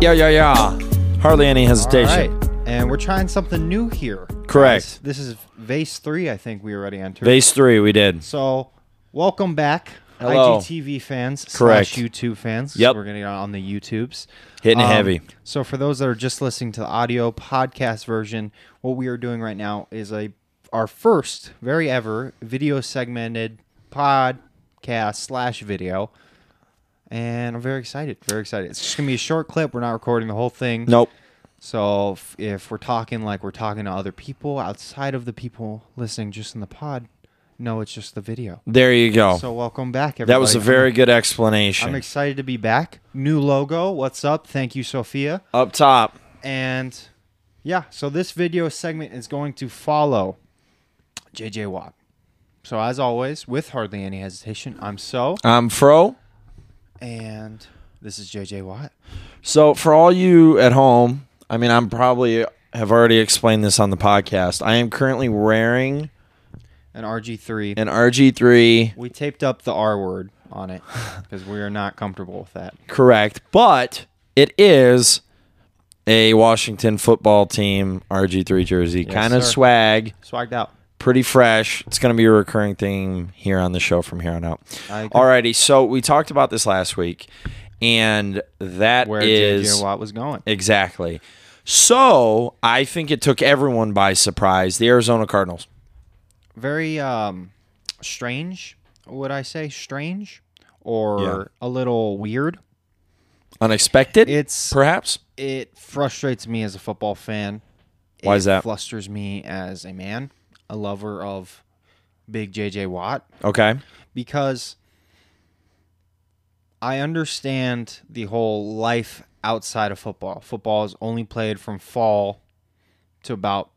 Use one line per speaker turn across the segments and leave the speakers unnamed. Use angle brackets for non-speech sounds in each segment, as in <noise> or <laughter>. Yeah, yeah, yeah. Hardly any hesitation.
And we're trying something new here.
Correct.
This, this is Vase 3, I think we already entered.
Base three, we did.
So, welcome back,
Hello.
IGTV fans,
Correct.
slash YouTube fans.
Yep.
We're going to get on the YouTubes.
Hitting it
Um,
heavy.
So, for those that are just listening to the audio podcast version, what we are doing right now is a our first, very ever, video segmented podcast slash video. And I'm very excited. Very excited. It's just going to be a short clip. We're not recording the whole thing.
Nope.
So if, if we're talking like we're talking to other people outside of the people listening just in the pod, no, it's just the video.
There you go.
So welcome back, everybody.
that was a very good explanation.
I'm excited to be back. New logo. What's up? Thank you, Sophia.
Up top.
And yeah, so this video segment is going to follow JJ Watt. So as always, with hardly any hesitation, I'm so
I'm Fro.
and this is JJ Watt.
So for all you at home, I mean, I'm probably have already explained this on the podcast. I am currently wearing
An RG3.
an RG3
we taped up the R word on it because we are not comfortable with that.
correct, but it is a Washington football team RG3 jersey. kind of
sir.
swag,
Swagged out.
pretty fresh. It's going to be a recurring theme here on the show from here on out.
I agree.
Alrighty, so we talked about this last week and that is
Where JJ Watt was going.
Exactly. So I think it took everyone by surprise. The Arizona Cardinals.
Very um, strange, would I say? Strange or a little weird.
Unexpected,
It's
perhaps?
it frustrates me as a football fan.
Why
it
is that?
Flusters me as a man, a lover of big JJ Watt,
Okay.
because I understand the whole life outside of football. Football is only played from fall to about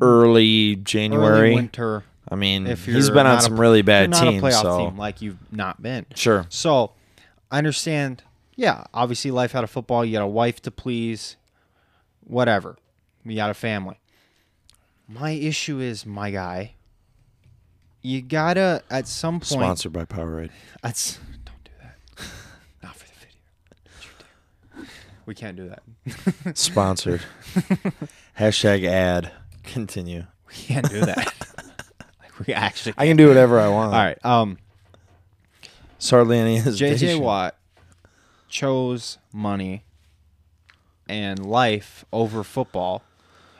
Early
early
January.
winter.
I mean,
if
he's
you're
been on
not a-
some really
You're
bad
not a
teams.
playoff
So
team like you've not been.
sure,
So I understand. Yeah, obviously, life out of football. You got a wife to please, whatever. You got a family. My issue is, my guy, you gotta at some point.
sponsored
<laughs>
by Powerade.
That's don't do that. <laughs> Not for the video. Don't you dare. We can't do that. <laughs>
Sponsored. Hashtag ad. Continue.
We can't do that. like we actually.
I can do whatever I want.
All right. Um,
It's hardly any
JJ
hesitation.
Watt chose money and life over football.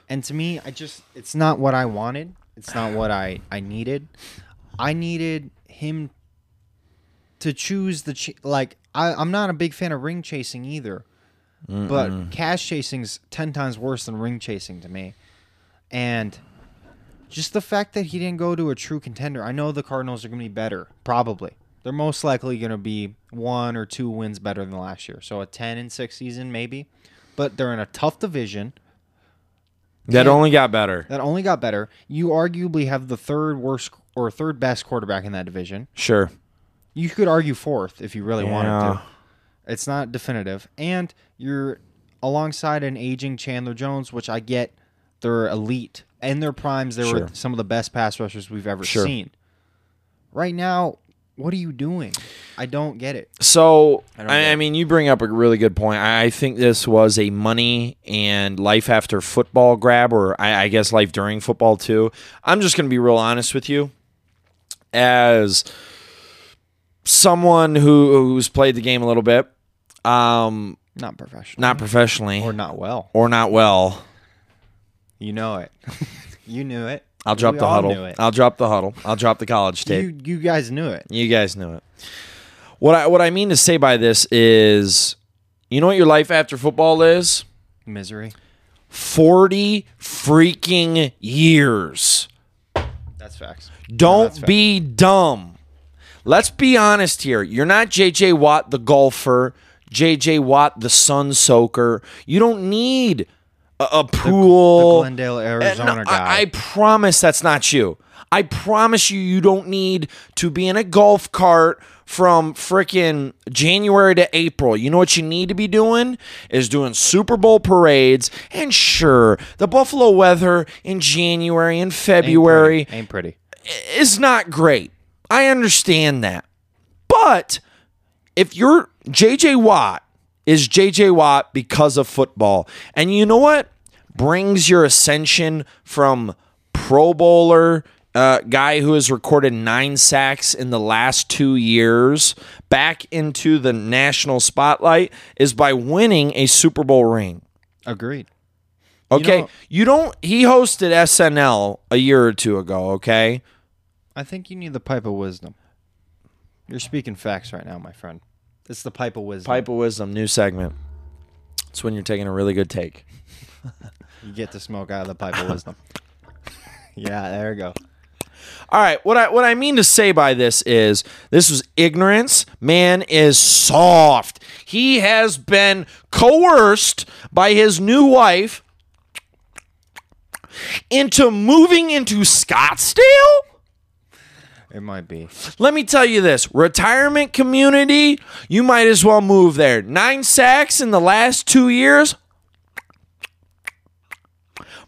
And to me, I just it's not what I wanted. It's not what I I needed. I needed him to choose the ch- like I I'm not a big fan of ring chasing either. But cash chasing's 10 times worse than ring chasing to me. And just the fact that he didn't go to a true contender. I know the Cardinals are going to be better, probably. They're most likely going to be one or two wins better than last year. So a 10 and 6 season maybe. But they're in a tough division
That only got better.
that only got better. You arguably have the third worst or third best quarterback in that division.
Sure.
You could argue fourth if you really wanted
Yeah.
to. It's not definitive. And you're alongside an aging Chandler Jones, which I get they're elite. In their primes, they
Sure.
were some of the best pass rushers we've ever
Sure.
seen. Right now, what are you doing? I don't get it.
So
don't
I,
get
I
it.
mean, you bring up a really good point. I I think this was a money and life after football grab, or I, I guess life during football too. I'm just going to be real honest with you, as someone who who's played the game a little bit, um,
Not professional.
not professionally
or
or,
not well.
not well.
You know it. <laughs> you knew it.
I'll drop
We
the
all
huddle.
knew it.
I'll drop the huddle. I'll drop the college tape.
You you guys knew it.
You guys know it. What I what I mean to say by this is, you know what your life after football is.
Misery.
40 freaking years.
That's facts.
Don't
that's fair.
be dumb. Let's be honest here. You're not JJ Watt the golfer, JJ Watt the sun soaker. You don't need a, a pool.
the Glendale,
And no,
Arizona guy.
I, I promise that's not you. I promise you, you don't need to be in a golf cart from frickin' January to April. You know what you need to be doing is doing Super Bowl parades. And sure, the Buffalo weather in January and February
Ain't pretty. Ain't pretty.
is not great. I understand that. But if you're JJ Watt is JJ Watt because of football. And you know what brings your ascension from Pro Bowler, uh, guy who has recorded nine sacks in the last two years, back into the national spotlight is by winning a Super Bowl ring.
Agreed.
Okay. You,
know-
don't, he hosted SNL a year or two ago. Okay.
I think you need the pipe of wisdom. You're speaking facts right now, my friend. It's the pipe of wisdom.
Pipe of Wisdom, new segment. It's when you're taking a really good take.
You get the smoke out of the pipe of wisdom. <laughs> yeah, there we go.
All right, what I what I mean to say by this is this was ignorance. Man is soft. He has been coerced by his new wife into moving into Scottsdale?
It might be.
Let me tell you this, retirement community, you might as well move there. 9 sacks in the last 2 years.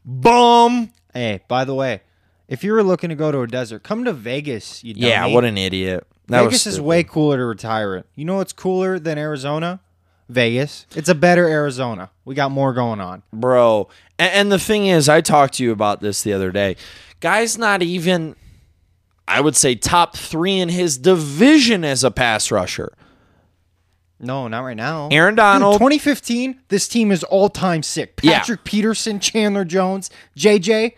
Bum.
Hey, by the way, if you were looking to go to a desert, come to Vegas. You
Yeah,
dummy.
what an idiot. That was
Vegas is
stupid.
way cooler to retire in. You know what's cooler than Arizona? Vegas. It's a better Arizona. We got more going on.
bro. A- And, the thing is, I talked to you about this the other day. Guy's not even, I would say, top three in his division as a pass rusher.
No, not right now.
Aaron
Dude,
Donald.
2015, this team is all time sick.
Yeah.
Patrick Peterson, Chandler Jones, JJ.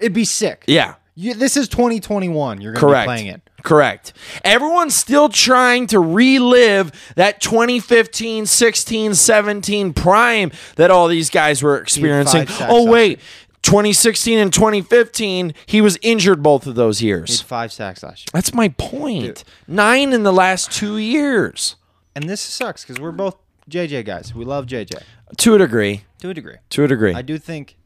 It'd be sick.
yeah,
You, this is 2021. You're going to be
correct.
playing it.
Correct. Everyone's still trying to relive that 2015, 16, 17 prime that all these guys were experiencing.
sacks
Oh,
last
wait. 2016 and 2015, he was injured both of those years.
It's five sacks last year.
That's my point. Nine in the last two years.
And this sucks because we're both JJ guys. We love JJ
To a degree.
to a degree.
To a degree.
I do think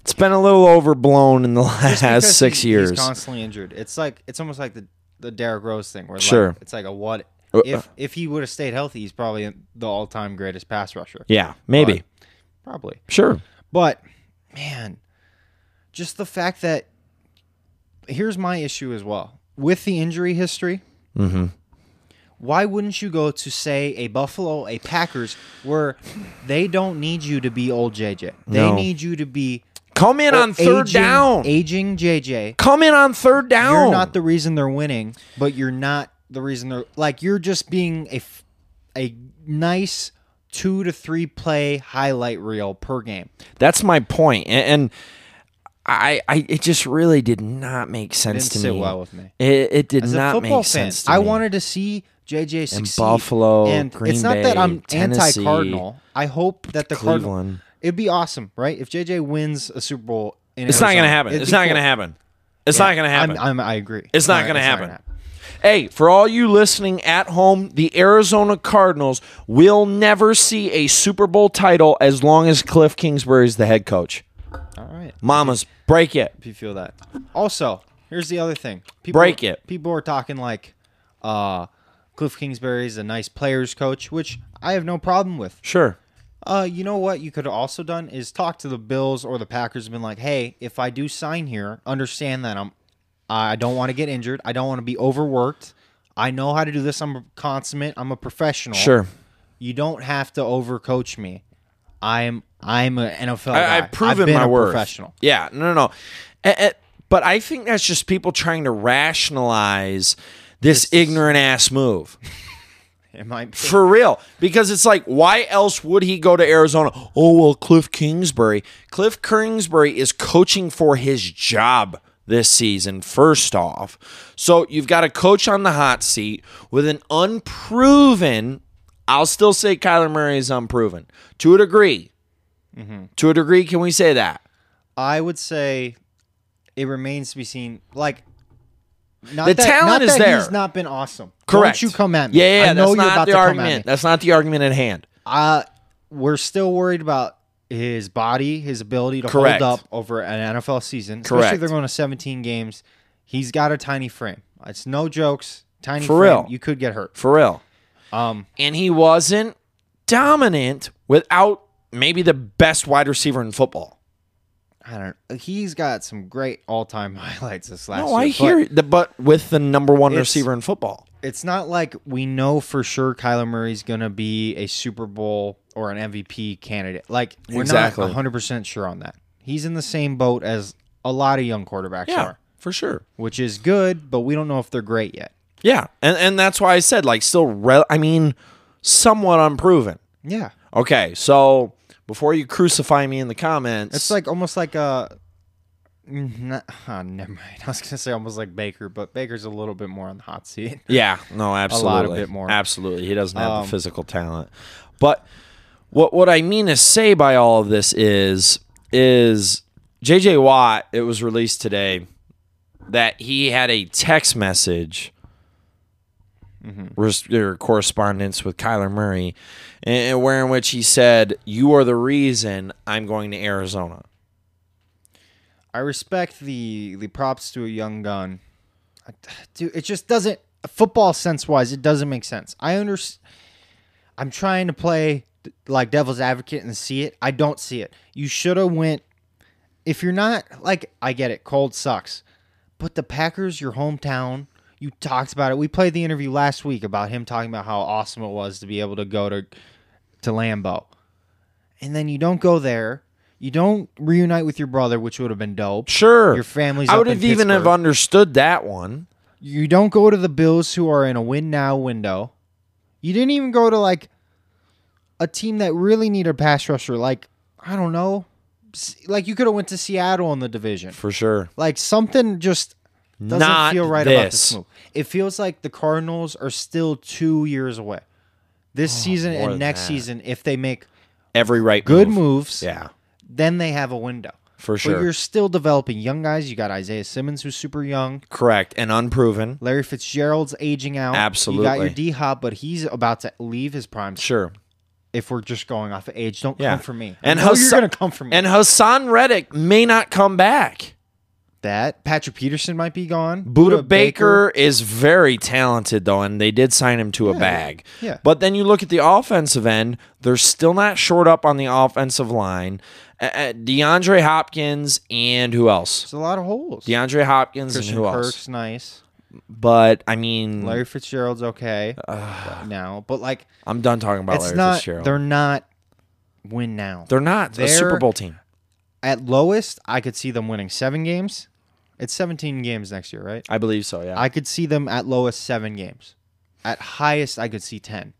it's been a little overblown in the
just because
last six
he's-
years.
He's constantly injured. It's like it's almost like the the Derrick Rose thing, where
Sure.
like, it's like a what
Uh,
if if he would have stayed healthy, he's probably the all time greatest pass rusher.
yeah, maybe.
Probably,
sure.
but man, just the fact that here's my issue as well with the injury history. Mm-hmm. Why wouldn't you go to say a Buffalo, a Packers, where they don't need you to be old JJ? They
No.
need you to be
Come in on third
aging-
down.
aging JJ.
Come in on third down.
You're not the reason they're winning, but you're not the reason they're like you're just being a f- a nice two to three play highlight reel per game.
That's my point. And, and I, I, it just really did not make sense
Didn't
to
sit
me.
well with me.
It, it did
As a
not
football
make
fan,
sense to
I
me.
wanted to see JJ succeed.
Buffalo,
and
Green
it's not that
Bay,
I'm
Tennessee,
anti-Cardinal. I hope that the
Cleveland.
Cardinal. It'd be awesome, right? If JJ wins a Super Bowl, in
It's not going to
Arizona,
happen.
it'd
It's
be
not
cool.
going to happen. It's not going to
I'm-
happen.
I'm, i agree.
It's not going to
it's
happen. Hey, for all you listening at home, the Arizona Cardinals will never see a Super Bowl title as long as Cliff Kingsbury is the head coach.
All right.
Mamas, break it.
if you feel that. Also, here's the other thing. People,
Break it.
People are talking like uh, Cliff Kingsbury is a nice players coach, which I have no problem with.
Sure.
Uh, you know what you could have also done is talk to the Bills or the Packers and been like, hey, if I do sign here, understand that I'm I don't want to get injured. I don't want to be overworked. I know how to do this. I'm consummate. I'm a professional.
Sure.
You don't have to overcoach me. I'm I'm an NFL guy.
I, I've proven
been
my
a
worth.
professional. <laughs>
Yeah, no, no, no. Eh, eh, but I think that's just people trying to rationalize this ignorant ass move.
It might be.
For real. Because it's like, why else would he go to Arizona? Oh, well, Cliff Kingsbury. Cliff Kingsbury is coaching for his job this season, first off. So you've got a coach on the hot seat with an unproven, I'll still say Kyler Murray is unproven to a degree.
Mm-hmm.
To a degree, can we say that?
I would say it remains to be seen. Like not
The
that,
talent
not
is
that
there.
He's not been awesome.
Correct.
Don't you come at me?
Yeah, yeah, yeah,
I know
that's
you're
not
about
the
to
argument.
Come at me.
That's not the argument at hand.
Uh, we're still worried about his body, his ability to
Correct.
hold up over an NFL season. Especially
Correct.
if they're going to 17 games. He's got a tiny frame. It's no jokes. Tiny
For
frame.
real.
You could get hurt.
For real.
Um,
and he wasn't dominant without maybe the best wide receiver in football.
I don't. He's got some great all-time <laughs> highlights this last
No,
year.
I
but
hear the but with the number one
It's-
receiver in football.
it's not like we know for sure Kyler Murray's going to be a Super Bowl or an MVP candidate. Like we're
Exactly.
not 100% sure on that. He's in the same boat as a lot of young quarterbacks
Yeah,
are,
for sure.
which is good, but we don't know if they're great yet.
Yeah, and and that's why I said like still rel- I mean, somewhat unproven.
Yeah.
Okay, so before you crucify me in the comments,
It's like almost like a mm, not, <laughs> ah, never mind. I was going to say almost like Baker, but Baker's a little bit more on the hot seat. <laughs>
yeah, no, absolutely,
bit more. Um,
Absolutely, he doesn't have the physical talent. But what what I mean to say by all of this is is JJ Watt. It was released today that he had a text message.
Mm-hmm.
res- or correspondence with Kyler Murray, and where in which he said, "You are the reason I'm going to Arizona."
I respect the the props to a young gun. I- Dude, it just doesn't football sense wise, it doesn't make sense. I understand. I'm trying to play like devil's advocate and see it. I don't see it. You should have went. If you're not like, I get it. Cold sucks, but the Packers, your hometown. You talked about it. We played the interview last week about him talking about how awesome it was to be able to go to to Lambeau and then you don't go there. You don't reunite with your brother, which would have been dope.
Sure,
Your family's.
I
up
would
in
have even have
Pittsburgh.
understood that one.
you don't go to the Bills, who are in a win now window. You didn't even go to like a team that really needed a pass rusher. Like I don't know, S- like you could have went to Seattle in the division.
for sure.
Like something just doesn't
Not
feel right about this
this.
move. It feels like the Cardinals are still two years away. This season
Oh, more
and
than
next
that.
season, if they make
Every right,
good
move.
moves,
Yeah,
then they have a window.
for
But
sure.
you're still developing young guys. You got Isaiah Simmons, who's super young.
Correct and unproven.
Larry Fitzgerald's aging out. You got your
Absolutely.
D Hop, but he's about to leave his prime.
Sure.
If we're just going off of age, don't
Yeah.
come for me.
And
I know you're
Hassan-
going to come for me.
And Hassan Reddick may not come back.
that Patrick Peterson might be gone.
Buda Baker is very talented though, and they did sign him to a bag.
yeah.
But then you look at the offensive end; they're still not short up on the offensive line. Uh, uh, DeAndre Hopkins and who else?
There's a lot of holes.
DeAndre Hopkins
Christian
and who
Kirk's
else?
nice.
But I mean,
Larry Fitzgerald's okay now, but like
I'm done talking about
it's
Larry
not.
Fitzgerald.
They're not win now.
They're not a
they're-
Super Bowl team.
At lowest, I could see them winning seven games. It's 17 games next year, right?
I believe so. Yeah,
I could see them at lowest seven games. At highest, I could see ten.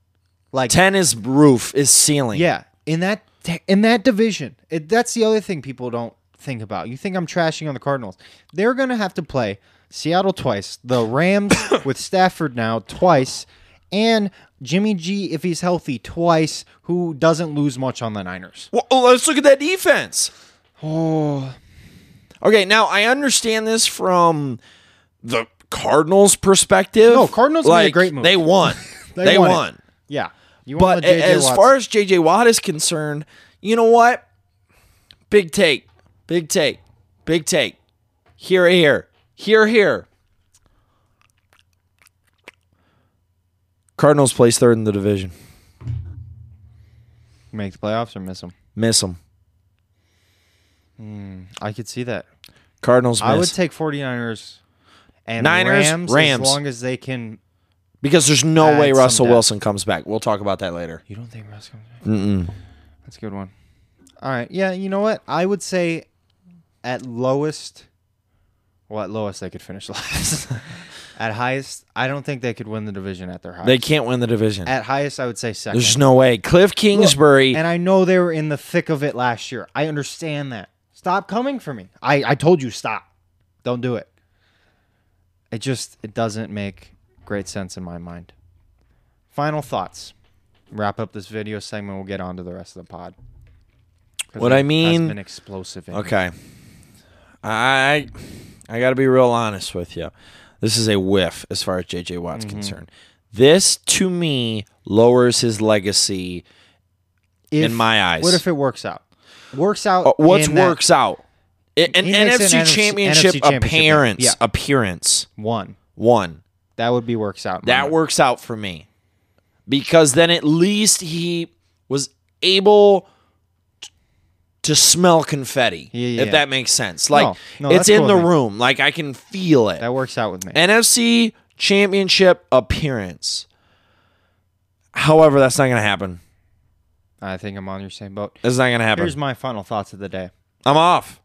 Like
ten is roof is ceiling.
yeah, in that in that division, it, that's the other thing people don't think about. You think I'm trashing on the Cardinals? They're gonna have to play Seattle twice, the
<coughs>
Rams with Stafford now twice, and Jimmy G if he's healthy twice, who doesn't lose much on the Niners.
Well, oh, let's look at that defense.
Oh,
Okay, now I understand this from the Cardinals' perspective.
No, Cardinals made a great move. <laughs>
They won.
They
they,
won
won.
it. yeah. You
But
wanna let
a-
JJ
as
Watt-
far as JJ Watt is concerned, you know what? Big take. Big take. Big take. Here, here. Here, here. Cardinals place third in the division.
make the playoffs or miss them,
Miss them.
I could see that.
Cardinals miss.
I would take 49ers and
Niners,
Rams,
Rams.
as long as they can.
because there's no
add
way
some
Russell
depth.
Wilson comes back. We'll talk about that later.
You don't think Rams comes back?
Mm-mm.
That's a good one. All right. Yeah, you know what? I would say at lowest, well, at lowest they could finish <laughs> last. at highest, I don't think they could win the division at their highest.
They can't win the division.
at highest, I would say second.
There's no way. Cliff Kingsbury.
and I know they were in the thick of it last year. I understand that. Stop coming for me. I, I told you stop. Don't do it. It just it doesn't make great sense in my mind. Final thoughts. Wrap up this video segment. We'll get on to the rest of the pod. 'Cause
What
it
I
has
mean-
been explosive. in here.
okay. I I got to be real honest with you. This is a whiff as far as JJ Watt's
Mm-hmm.
concerned. This to me lowers his legacy
If-
in my eyes.
What if it works out? Works out.
Uh, what's
in that
works out? A- An
He makes
NFC,
an NFC
championship
championship game.
appearance.
Yeah.
Appearance
one?
one.
That would be works out. in my
That
mind.
works out for me because then at least he was able t- to smell confetti,
Yeah, yeah,
if
yeah.
that makes sense. Like
No, no,
it's
that's
in
cool
the
with me.
room, like I can feel it.
that works out with me.
NFC championship appearance. However, that's not going to happen.
I think I'm on your same boat.
It's not going to happen.
Here's my final thoughts of the day.
I'm off.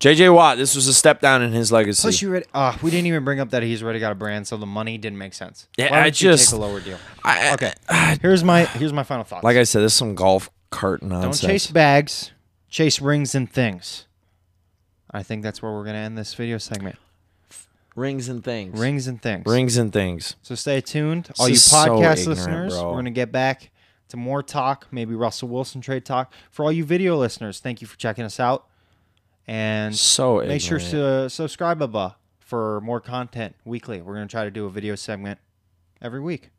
JJ Watt, this was a step down in his legacy.
Plus, you already, uh, we didn't even bring up that he's already got a brand, so the money didn't make sense.
Yeah,
Why
I
don't you
just-
take a lower deal.
I-
okay, here's my here's my final thoughts.
<sighs> like I said, this is some golf cart
don't
nonsense.
chase bags, chase rings and things. I think that's where we're gonna end this video segment.
rings and things.
Rings and things.
Rings and things.
So stay tuned, all you
This is so
podcast
ignorant,
listeners.
bro.
We're gonna get back to more talk, maybe Russell Wilson trade talk. For all you video listeners, thank you for checking us out, and
So
make sure
ignorant.
to uh, subscribe above for more content weekly. We're gonna try to do a video segment every week.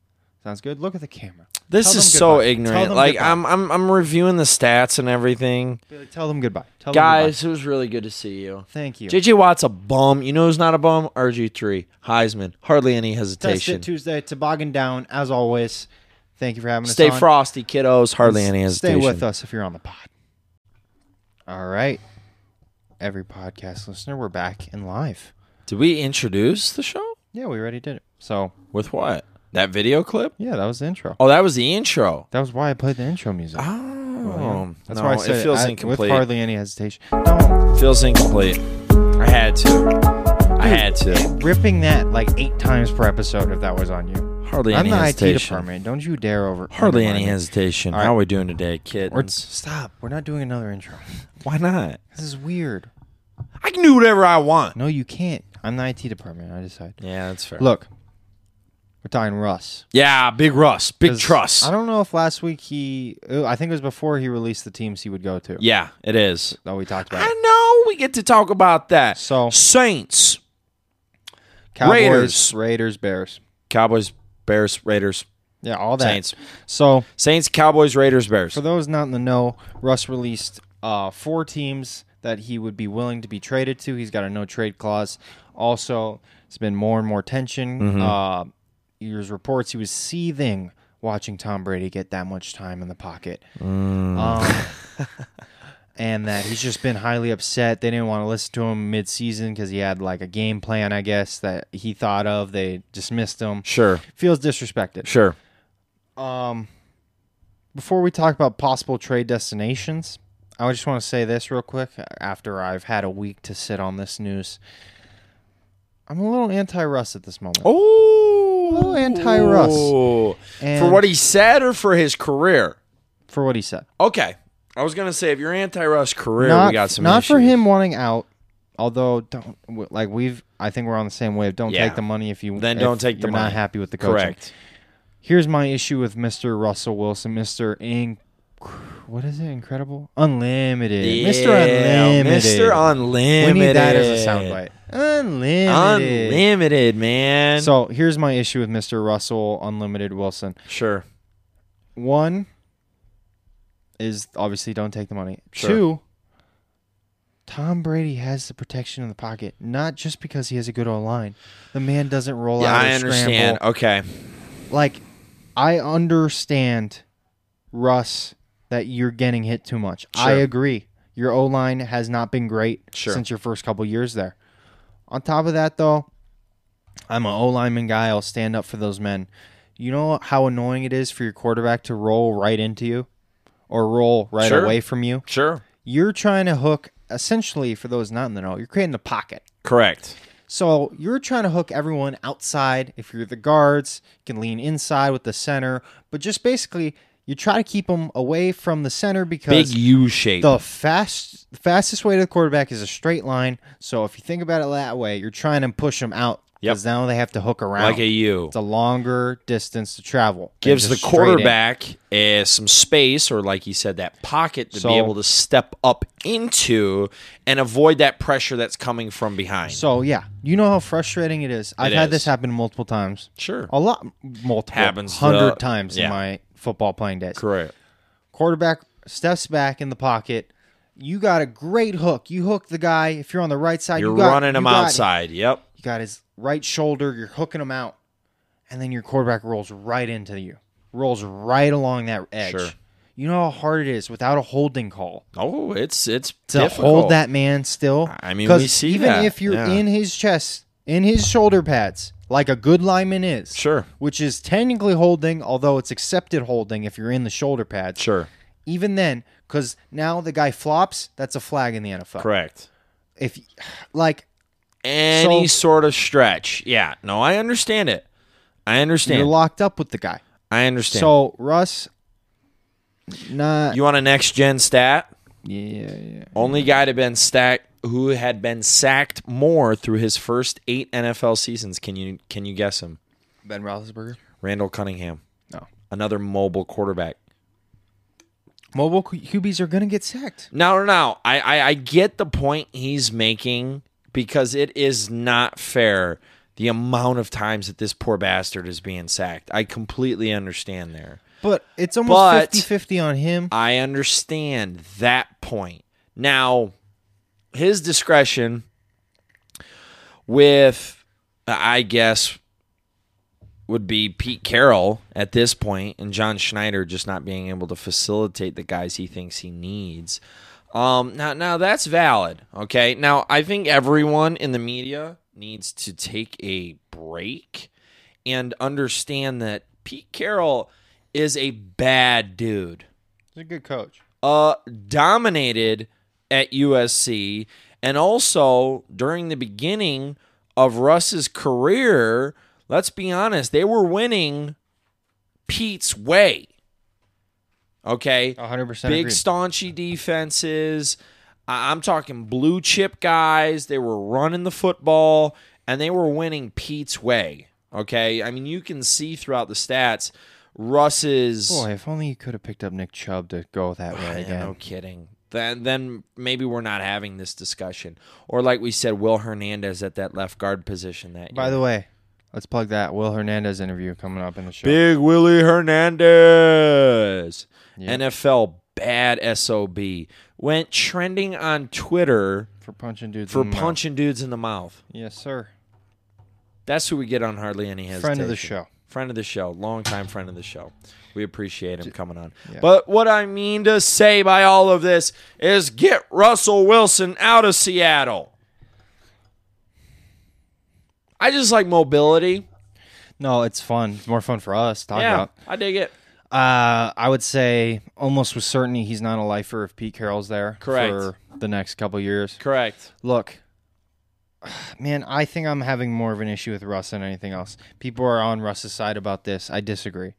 Sounds good. Look at the camera.
This
Tell
is
them goodbye.
so
Tell
ignorant.
them
Like
goodbye.
I'm, I'm, I'm reviewing the stats and everything.
Be like, tell them goodbye. Tell them
Guys, it was really good to see you.
goodbye. thank you.
JJ Watt's a bum. You know who's not a bum? RG3, Heisman. Hardly any
Test
hesitation.
it Tuesday. Toboggan down as always. Thank you for having
Stay
us. on.
frosty, kiddos. Hardly any
Stay
hesitation.
with us if you're on the pod. All right. Every podcast listener, we're back and live.
Did we introduce the show
Yeah, we already did it. So,
with what? That video clip?
yeah, that was the intro.
Oh, that was the intro.
That was why I played the intro music.
Oh,
That's
no,
why I said
it feels
I- With
incomplete.
hardly any hesitation. No,
feels incomplete. I had to. I had to.
ripping that like eight times per episode if that was on you.
Hardly
I'm
any
the IT
hesitation.
department. Don't you dare over.
Hardly any
undermine me.
hesitation.
All right.
How are we doing today,
Or
kids?
stop. We're not doing another intro. <laughs>
Why not?
This is weird.
I can do whatever I want.
No, you can't. I'm the IT department. I decide.
Yeah, that's fair.
Look, we're talking Russ.
Yeah, big Russ, big
'Cause
trust.
I don't know if last week he. uh, I think it was before he released the teams he would go to.
yeah, it is.
That we talked about.
I know we get to talk about that.
So-
Saints,
Cowboys,
Raiders.
Raiders, Bears.
Cowboys, Bears, Raiders,
Yeah, all that.
Saints,
So
Saints, Cowboys, Raiders, Bears.
for those not in the know, Russ released uh, four teams that he would be willing to be traded to. He's got a no trade clause. Also, it's been more and more tension. Uh, there's reports he was seething watching Tom Brady get that much time in the pocket. Um, and that he's just been highly upset. They didn't want to listen to him mid-season because he had like a game plan, I guess, that he thought of. They dismissed him.
Sure,
Feels disrespected.
sure.
Um, before we talk about possible trade destinations, I just want to say this real quick. After I've had a week to sit on this news, I'm a little anti-Russ at this moment.
Oh,
little anti-Russ.
For
And-
what he said or for his career?
for what he said.
Okay. I was going to say, if you're anti-Russ career,
not
we got some
not for
issues.
him wanting out. Although don't w- like we've, I think we're on the same wave. Don't
Yeah.
take the money if you
Then
if
don't take the
you're
money.
Not happy with the coaching.
Correct.
Here's my issue with Mr. Russell Wilson, Mr. Inc. What is it? Incredible, unlimited,
Yeah,
Mr. Unlimited,
Mr. Unlimited.
We need that as a soundbite. Unlimited.
Unlimited, man.
So here's my issue with Mr. Russell Unlimited Wilson.
sure.
One is obviously don't take the money.
Sure.
Two, Tom Brady has the protection in the pocket, not just because he has a good O line. The man doesn't roll
Yeah,
out or
I understand.
scramble.
Okay.
Like, I understand, Russ, that you're getting hit too much. I
Sure.
agree. Your O line has not been great
Sure.
since your first couple years there. On top of that, though, I'm an O lineman guy. I'll stand up for those men. You know how annoying it is for your quarterback to roll right into you or roll right
Sure.
away from you?
Sure.
You're trying to hook, essentially, for those not in the know, you're creating a pocket.
Correct.
So you're trying to hook everyone outside. If you're the guards, you can lean inside with the center, but just basically you try to keep them away from the center
Big
because
U shape.
the fast the fastest way to the quarterback is a straight line. So if you think about it that way, you're trying to push them out
Yep.
because now they have to hook around.
like a U.
it's a longer distance to travel. than
Gives the
just straight in.
quarterback uh, some space, or like you said, that pocket to
So-
be able to step up into and avoid that pressure that's coming from behind.
So yeah, you know how frustrating it is. I've
It
had
is.
this happen multiple times.
sure.
A lot, multiple
Happens to-
hundred times
yeah.
in my football playing days.
Correct.
quarterback steps back in the pocket. You got a great hook. You hook the guy. If you're on the right side, you
You're
got,
running
you
him
got-
outside. Yep.
You got his right shoulder. You're hooking him out, and then your quarterback rolls right into you. Rolls right along that edge.
Sure.
You know how hard it is without a holding call
Oh, it's it's
to
difficult.
hold that man still.
I mean,
'Cause
we see
even
that,
if you're
yeah.
in his chest, in his shoulder pads, like a good lineman is.
Sure.
Which is technically holding, although it's accepted holding if you're in the shoulder pads.
Sure.
Even then, because now the guy flops, that's a flag in the NFL.
Correct.
If, like,
Any
So-
sort of stretch. Yeah. No, I understand it. I
you're
understand.
locked up with the guy.
I understand.
So Russ, not
you want a next gen stat?
yeah, yeah.
Only guy to been stacked who had been sacked more through his first eight NFL seasons. Can you can you guess him?
Ben Roethlisberger.
Randall Cunningham.
No.
Another mobile quarterback.
Mobile Q- QBs are gonna get sacked.
No, no, no. I, I, I get the point he's making because it is not fair the amount of times that this poor bastard is being sacked. I completely understand there.
But it's
But-
almost 50-50 on him.
I understand that point. Now, his discretion with, I guess, would be Pete Carroll at this point and John Schneider just not being able to facilitate the guys he thinks he needs. Um, now, now that's valid. Okay. Now, I think everyone in the media needs to take a break and understand that Pete Carroll is a bad dude
He's a good coach.
uh, dominated at USC. And also during the beginning of Russ's career, let's be honest, they were winning Pete's way. Okay.
100%
Big
Oh, agreed.
staunchy defenses. I- I'm talking blue chip guys. They were running the football and they were winning Pete's way. Okay. I mean, you can see throughout the stats Russ's.
Boy, if only you could have picked up Nick Chubb to go that way
Yeah, no
again.
kidding. Then then maybe we're not having this discussion. Or like we said, Will Hernandez at that left guard position that
By the way, let's plug that Will Hernandez interview coming up in the show.
Big Willie Hernandez.
Yeah.
NFL bad SOB. Went trending on Twitter
for punching dudes
for
in the mouth.
punching dudes in the mouth.
Yes, sir.
That's who we get on hardly any hesitation.
Friend of the show.
Friend of the show, longtime friend of the show. We appreciate him coming on.
yeah.
But what I mean to say by all of this is get Russell Wilson out of Seattle. I just like mobility.
No, it's fun. It's more fun for us to talk
yeah,
about.
I dig it.
Uh, I would say almost with certainty he's not a lifer if Pete Carroll's there
Correct.
for the next couple years.
Correct.
Look, <sighs> man, I think I'm having more of an issue with Russ than anything else. People are on Russ's side about this. I disagree.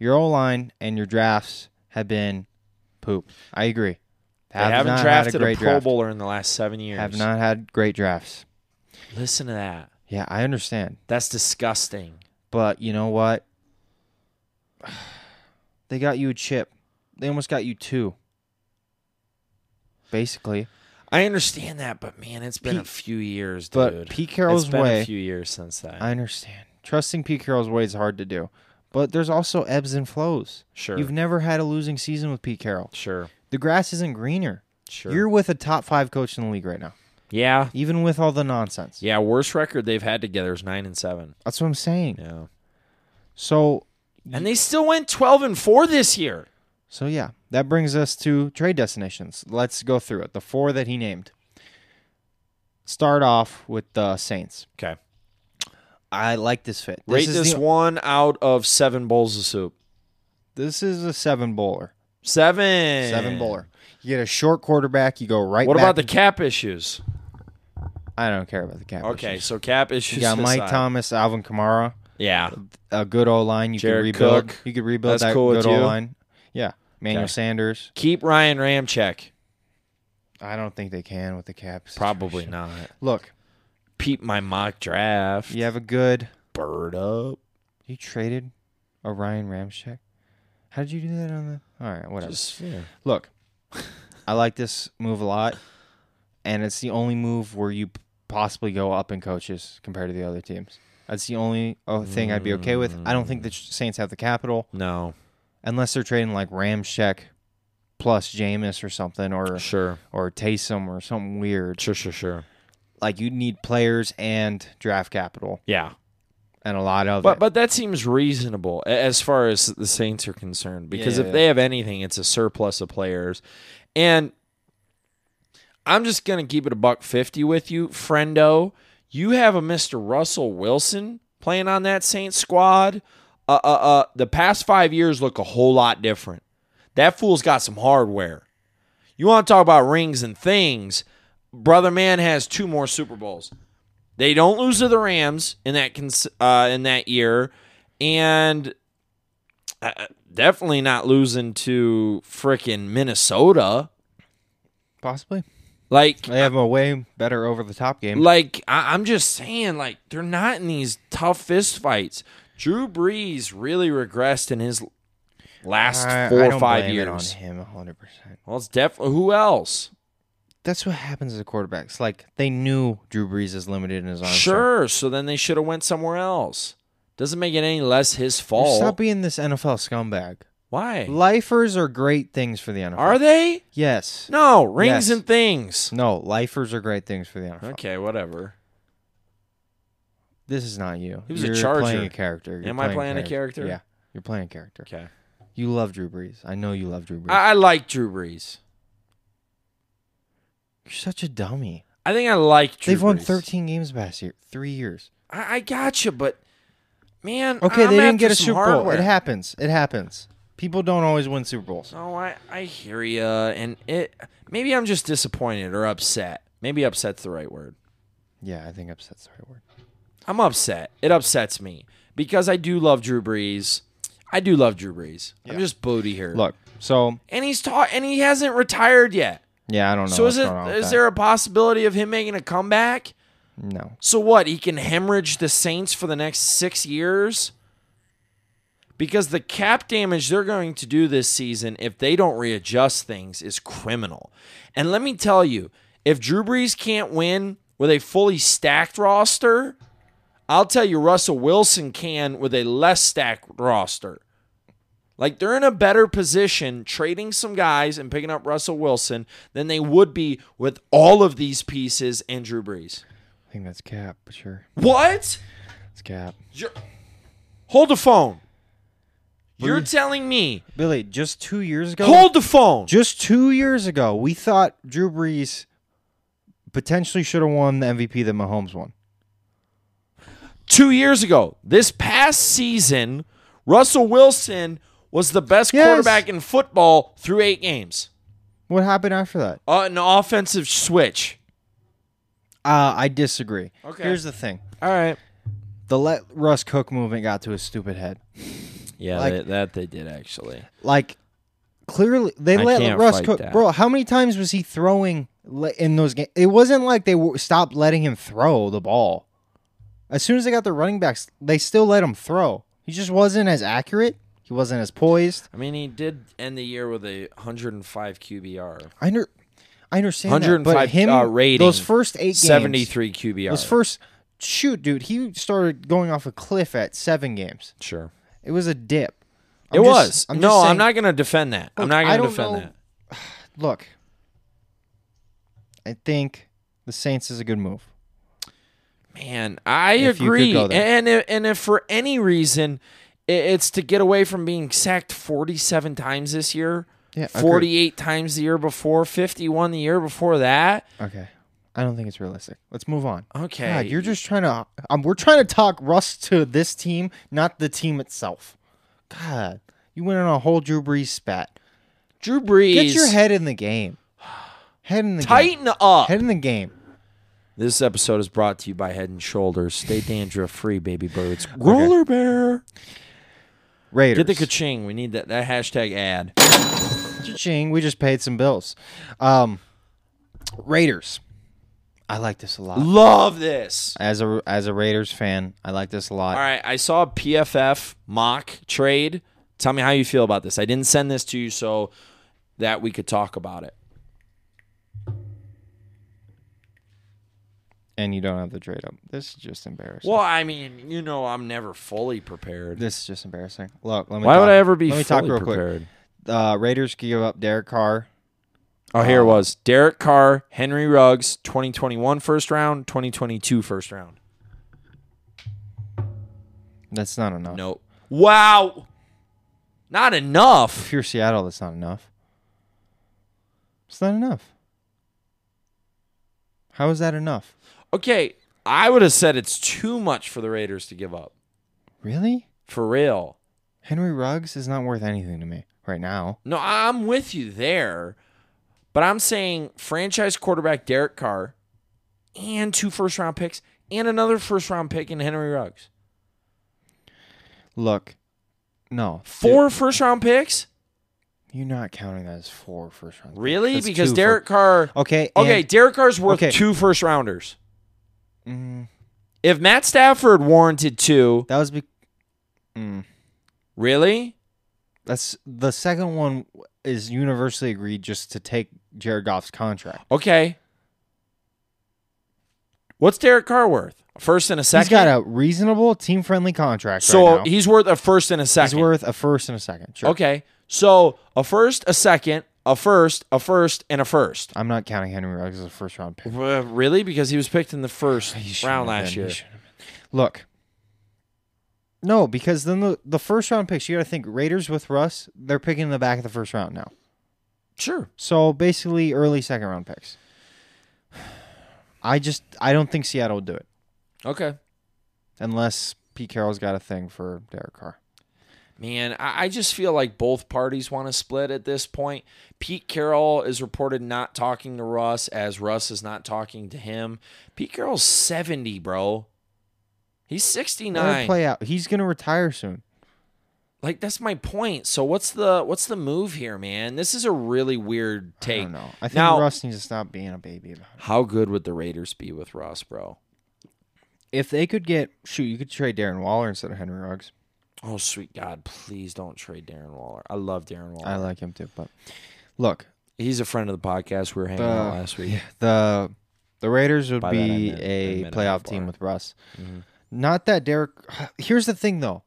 Your O line and your drafts have been poop. I agree.
They haven't
not had
drafted a, Pro
draft.
Bowler in the last seven years.
Have not had great drafts.
Listen to that.
Yeah, I understand.
That's disgusting.
But you know what? <sighs> They got you a chip. They almost got you two. Basically.
I understand that, but man, it's been a
Pete-
few years, dude.
but Pete Carroll's
it's been
way-
a few years since that.
I understand. Trusting Pete Carroll's way is hard to do. But there's also ebbs and flows.
sure,
You've never had a losing season with Pete Carroll.
sure,
The grass isn't greener.
sure.
You're with a top five coach in the league right now,
yeah,
even with all the nonsense.
yeah. Worst record they've had together is nine and seven.
That's what I'm saying.
Yeah.
So,
And they still went 12 and 4 this year.
so yeah, that brings us to trade destinations. Let's go through it. The four that he named. Start off with the Saints.
Okay.
I like this fit. This
Rate
is
this
the-
one out of 7 bowls of soup.
This is a seven bowler.
7.
Seven bowler. You get a short quarterback. You go right.
What
back-
about the cap issues?
I don't care about the cap.
Okay,
issues.
so cap issues.
You got Mike
aside.
Thomas, Alvin Kamara,
Yeah.
a good O line. You
Jared
could rebuild.
Cook.
You could rebuild
That's
that
cool with
good O
you.
line. Yeah, Manuel
Okay.
Sanders.
Keep Ryan Ramchek.
I don't think they can with the caps.
Probably not.
Look,
Peep my mock draft.
you have a good.
Bird up.
You traded a Ryan Ramchek. How did you do that on the? All right, whatever.
Just, yeah. <laughs>
Look, I like this move a lot, and it's the only move where you p- possibly go up in coaches compared to the other teams. That's the only oh, thing I'd be okay with. I don't think the Ch- Saints have the capital
No.
unless they're trading like Ramchek plus Jameis or something, or
Sure.
or Taysom or something weird.
Sure, sure, sure.
Like you need players and draft capital,
Yeah.
and a lot of
But
it.
but that seems reasonable a- as far as the Saints are concerned because
Yeah,
if
yeah,
they have anything, it's a surplus of players. And I'm just gonna keep it a buck fifty with you, friendo. You have a Mr. Russell Wilson playing on that Saints squad. Uh, uh, uh, the past five years look a whole lot different. That fool's got some hardware. You want to talk about rings and things? Brother man has two more Super Bowls. They don't lose to the Rams in that cons- uh, in that year, and uh, definitely not losing to frickin' Minnesota.
Possibly.
Like
They have a way better over the top game.
like I, I'm just saying, like they're not in these tough fist fights. Drew Brees really regressed in his last
I- I
four or
don't
five
blame it on
years.
him 100%.
Well, it's definitely who else?
That's what happens to quarterbacks. Like they knew Drew Brees is limited in his arm.
Sure. So then they should have went somewhere else. Doesn't make it any less his fault.
Stop being this NFL scumbag.
Why
Lifers are great things for the NFL.
are they?
Yes.
No rings
Yes.
and things.
No, lifers are great things for the NFL.
Okay, whatever.
This is not you.
He was a
You're
Charger.
playing a character. You're
Am I playing a character?
Yeah. You're playing a character.
Okay,
You love Drew Brees. I know you love Drew Brees.
I, I like Drew Brees.
You're such a dummy.
I think I like Drew.
They've won
Brees.
13 games past year, three years.
I, I gotcha, but man,
Okay,
I'm
they didn't
after
get a
some
Super Bowl.
hardware.
It happens. It happens. People don't always win Super Bowls.
No, I, I hear you, and it maybe I'm just disappointed or upset. Maybe upset's the right word.
Yeah, I think upset's the right word.
I'm upset. It upsets me because I do love Drew Brees. I do love Drew Brees. I'm just booty here.
Look, so
and he's taught, and he hasn't retired yet.
yeah, I don't know.
so is
what's
it
going on with
is
that.
there a possibility of him making a comeback?
no?
So what? He can hemorrhage the Saints for the next six years? Because the cap damage they're going to do this season, if they don't readjust things, is criminal. And let me tell you, if Drew Brees can't win with a fully stacked roster, I'll tell you Russell Wilson can with a less stacked roster. Like they're in a better position trading some guys and picking up Russell Wilson than they would be with all of these pieces and Drew Brees.
I think that's cap, but sure,
What?
it's cap.
You're- Hold the phone. You're telling me.
Billy, just two years ago,
Hold the phone.
just two years ago, we thought Drew Brees potentially should have won the MVP that Mahomes won.
Two years ago, this past season, Russell Wilson was the best
Yes.
quarterback in football through eight games.
What happened after that?
Uh, an offensive switch.
Uh, I disagree.
Okay.
Here's the thing:
All right.
the let Russ Cook movement got to his stupid head.
Yeah,
Like-
that, that they did actually.
Like clearly, they
I
let
can't
Russ
fight
cook.
that.
Bro, how many times was he throwing le- in those games? It wasn't like they w- stopped letting him throw the ball. As soon as they got the running backs, they still let him throw. He just wasn't as accurate. He wasn't as poised.
I mean, he did end the year with a 105 QBR,
I under, I understand. that, but
105,
him
uh, rating,
Those first eight games,
73 QBR.
Those first shoot, dude. He started going off a cliff at seven games.
sure.
It was a dip.
It
I'm just-
was.
I'm
no,
just
I'm
saying-
not going to defend that. I'm
Look,
not
I
going to
don't
defend
know-
that.
Look, I think the Saints is a good move.
Man, I
If you could
agree.
go there.
And if, and if for any reason i- it's to get away from being sacked 47 times this year,
Yeah, agreed.
48 times the year before, 51 the year before that.
Okay. I don't think it's realistic. Let's move on.
Okay.
God, you're just trying to. Um, we're trying to talk Russ to this team, not the team itself. God, you went on a whole Drew Brees spat.
Drew Brees.
Get your head in the game. Head in the game.
tighten up.
Head in the game.
This episode is brought to you by Head and Shoulders. Stay dandruff free, baby birds. Roller bear.
Raiders.
Get the kaching. We need that that hashtag ad.
Ching, we just paid some bills. Um, Raiders. I like this a lot.
Love this.
As a as a Raiders fan, I like this a lot.
All right, I saw a PFF mock trade. Tell me how you feel about this. I didn't send this to you so that we could talk about it.
And you don't have the trade up. This is just embarrassing.
Well, I mean, you know, I'm never fully prepared.
This is just embarrassing. Look, let me.
Why would
talk-
I ever be
Let me
fully
talk real quick.
prepared?
uh, Raiders give up Derek Carr.
Oh, here it
Um,
was. Derek Carr, Henry Ruggs, 2021 first round, 2022 first round.
That's not enough.
Nope. Wow. Not
If
enough.
you're Seattle, that's not enough. It's not enough. How is that enough?
Okay, I would have said it's too much for the Raiders to give up.
Really?
For real.
Henry Ruggs is not worth anything to me right now.
No, I'm with you there, but I'm saying franchise quarterback Derek Carr and two first round picks and another first round pick in Henry Ruggs.
Look, no.
Four first round picks?
You're not counting that as four first round. picks.
Really?
That's
because
two fir-
Derek Carr
Okay.
Okay,
and-
Derek Carr's worth
okay.
two first rounders.
Mm,
If Matt Stafford warranted two,
that was be. Mm,
really?
that's the second one is universally agreed just to take Jared Goff's contract.
Okay. What's Derek Carr worth? A first and a second?
He's got a reasonable team friendly contract.
so
right now.
he's worth a first and a second.
He's worth a first and a second. Sure.
Okay. So a first, a second, a first, a first, and a first.
I'm not counting Henry Ruggs as a first round pick.
Uh, really? Because he was picked in the first
<laughs>
<sighs>
He shouldn't
round
have
last
been. He
year.
shouldn't have been. Look. No, because then the, the first round picks, you got to think Raiders with Russ, they're picking in the back of the first round now.
Sure.
So basically early second round picks. <sighs> I just I don't think Seattle will do it
Okay.
unless Pete Carroll's got a thing for Derek Carr.
Man, I, I just feel like both parties want to split at this point. Pete Carroll is reported not talking to Russ as Russ is not talking to him. Pete Carroll's 70, bro. He's
Let him
69.
play out. He's gonna retire soon.
like that's my point. So what's the what's the move here, man? This is a really weird
I
take.
don't know. I think
Now-
Russ needs to stop being a baby about it.
How good would the Raiders be with Russ, bro?
If they could get shoot, you could trade Darren Waller instead of Henry Ruggs.
Oh, sweet God, please don't trade Darren Waller. I love Darren Waller.
I like him too, but look,
He's a friend of the podcast. We were hanging out
The-
last week.
uh, yeah, the the Raiders would
By that I
be
meant- I
a
meant
playoff
Aguilar.
team with Russ.
Mhm.
Not that Derek. <sighs> Here's the thing, though.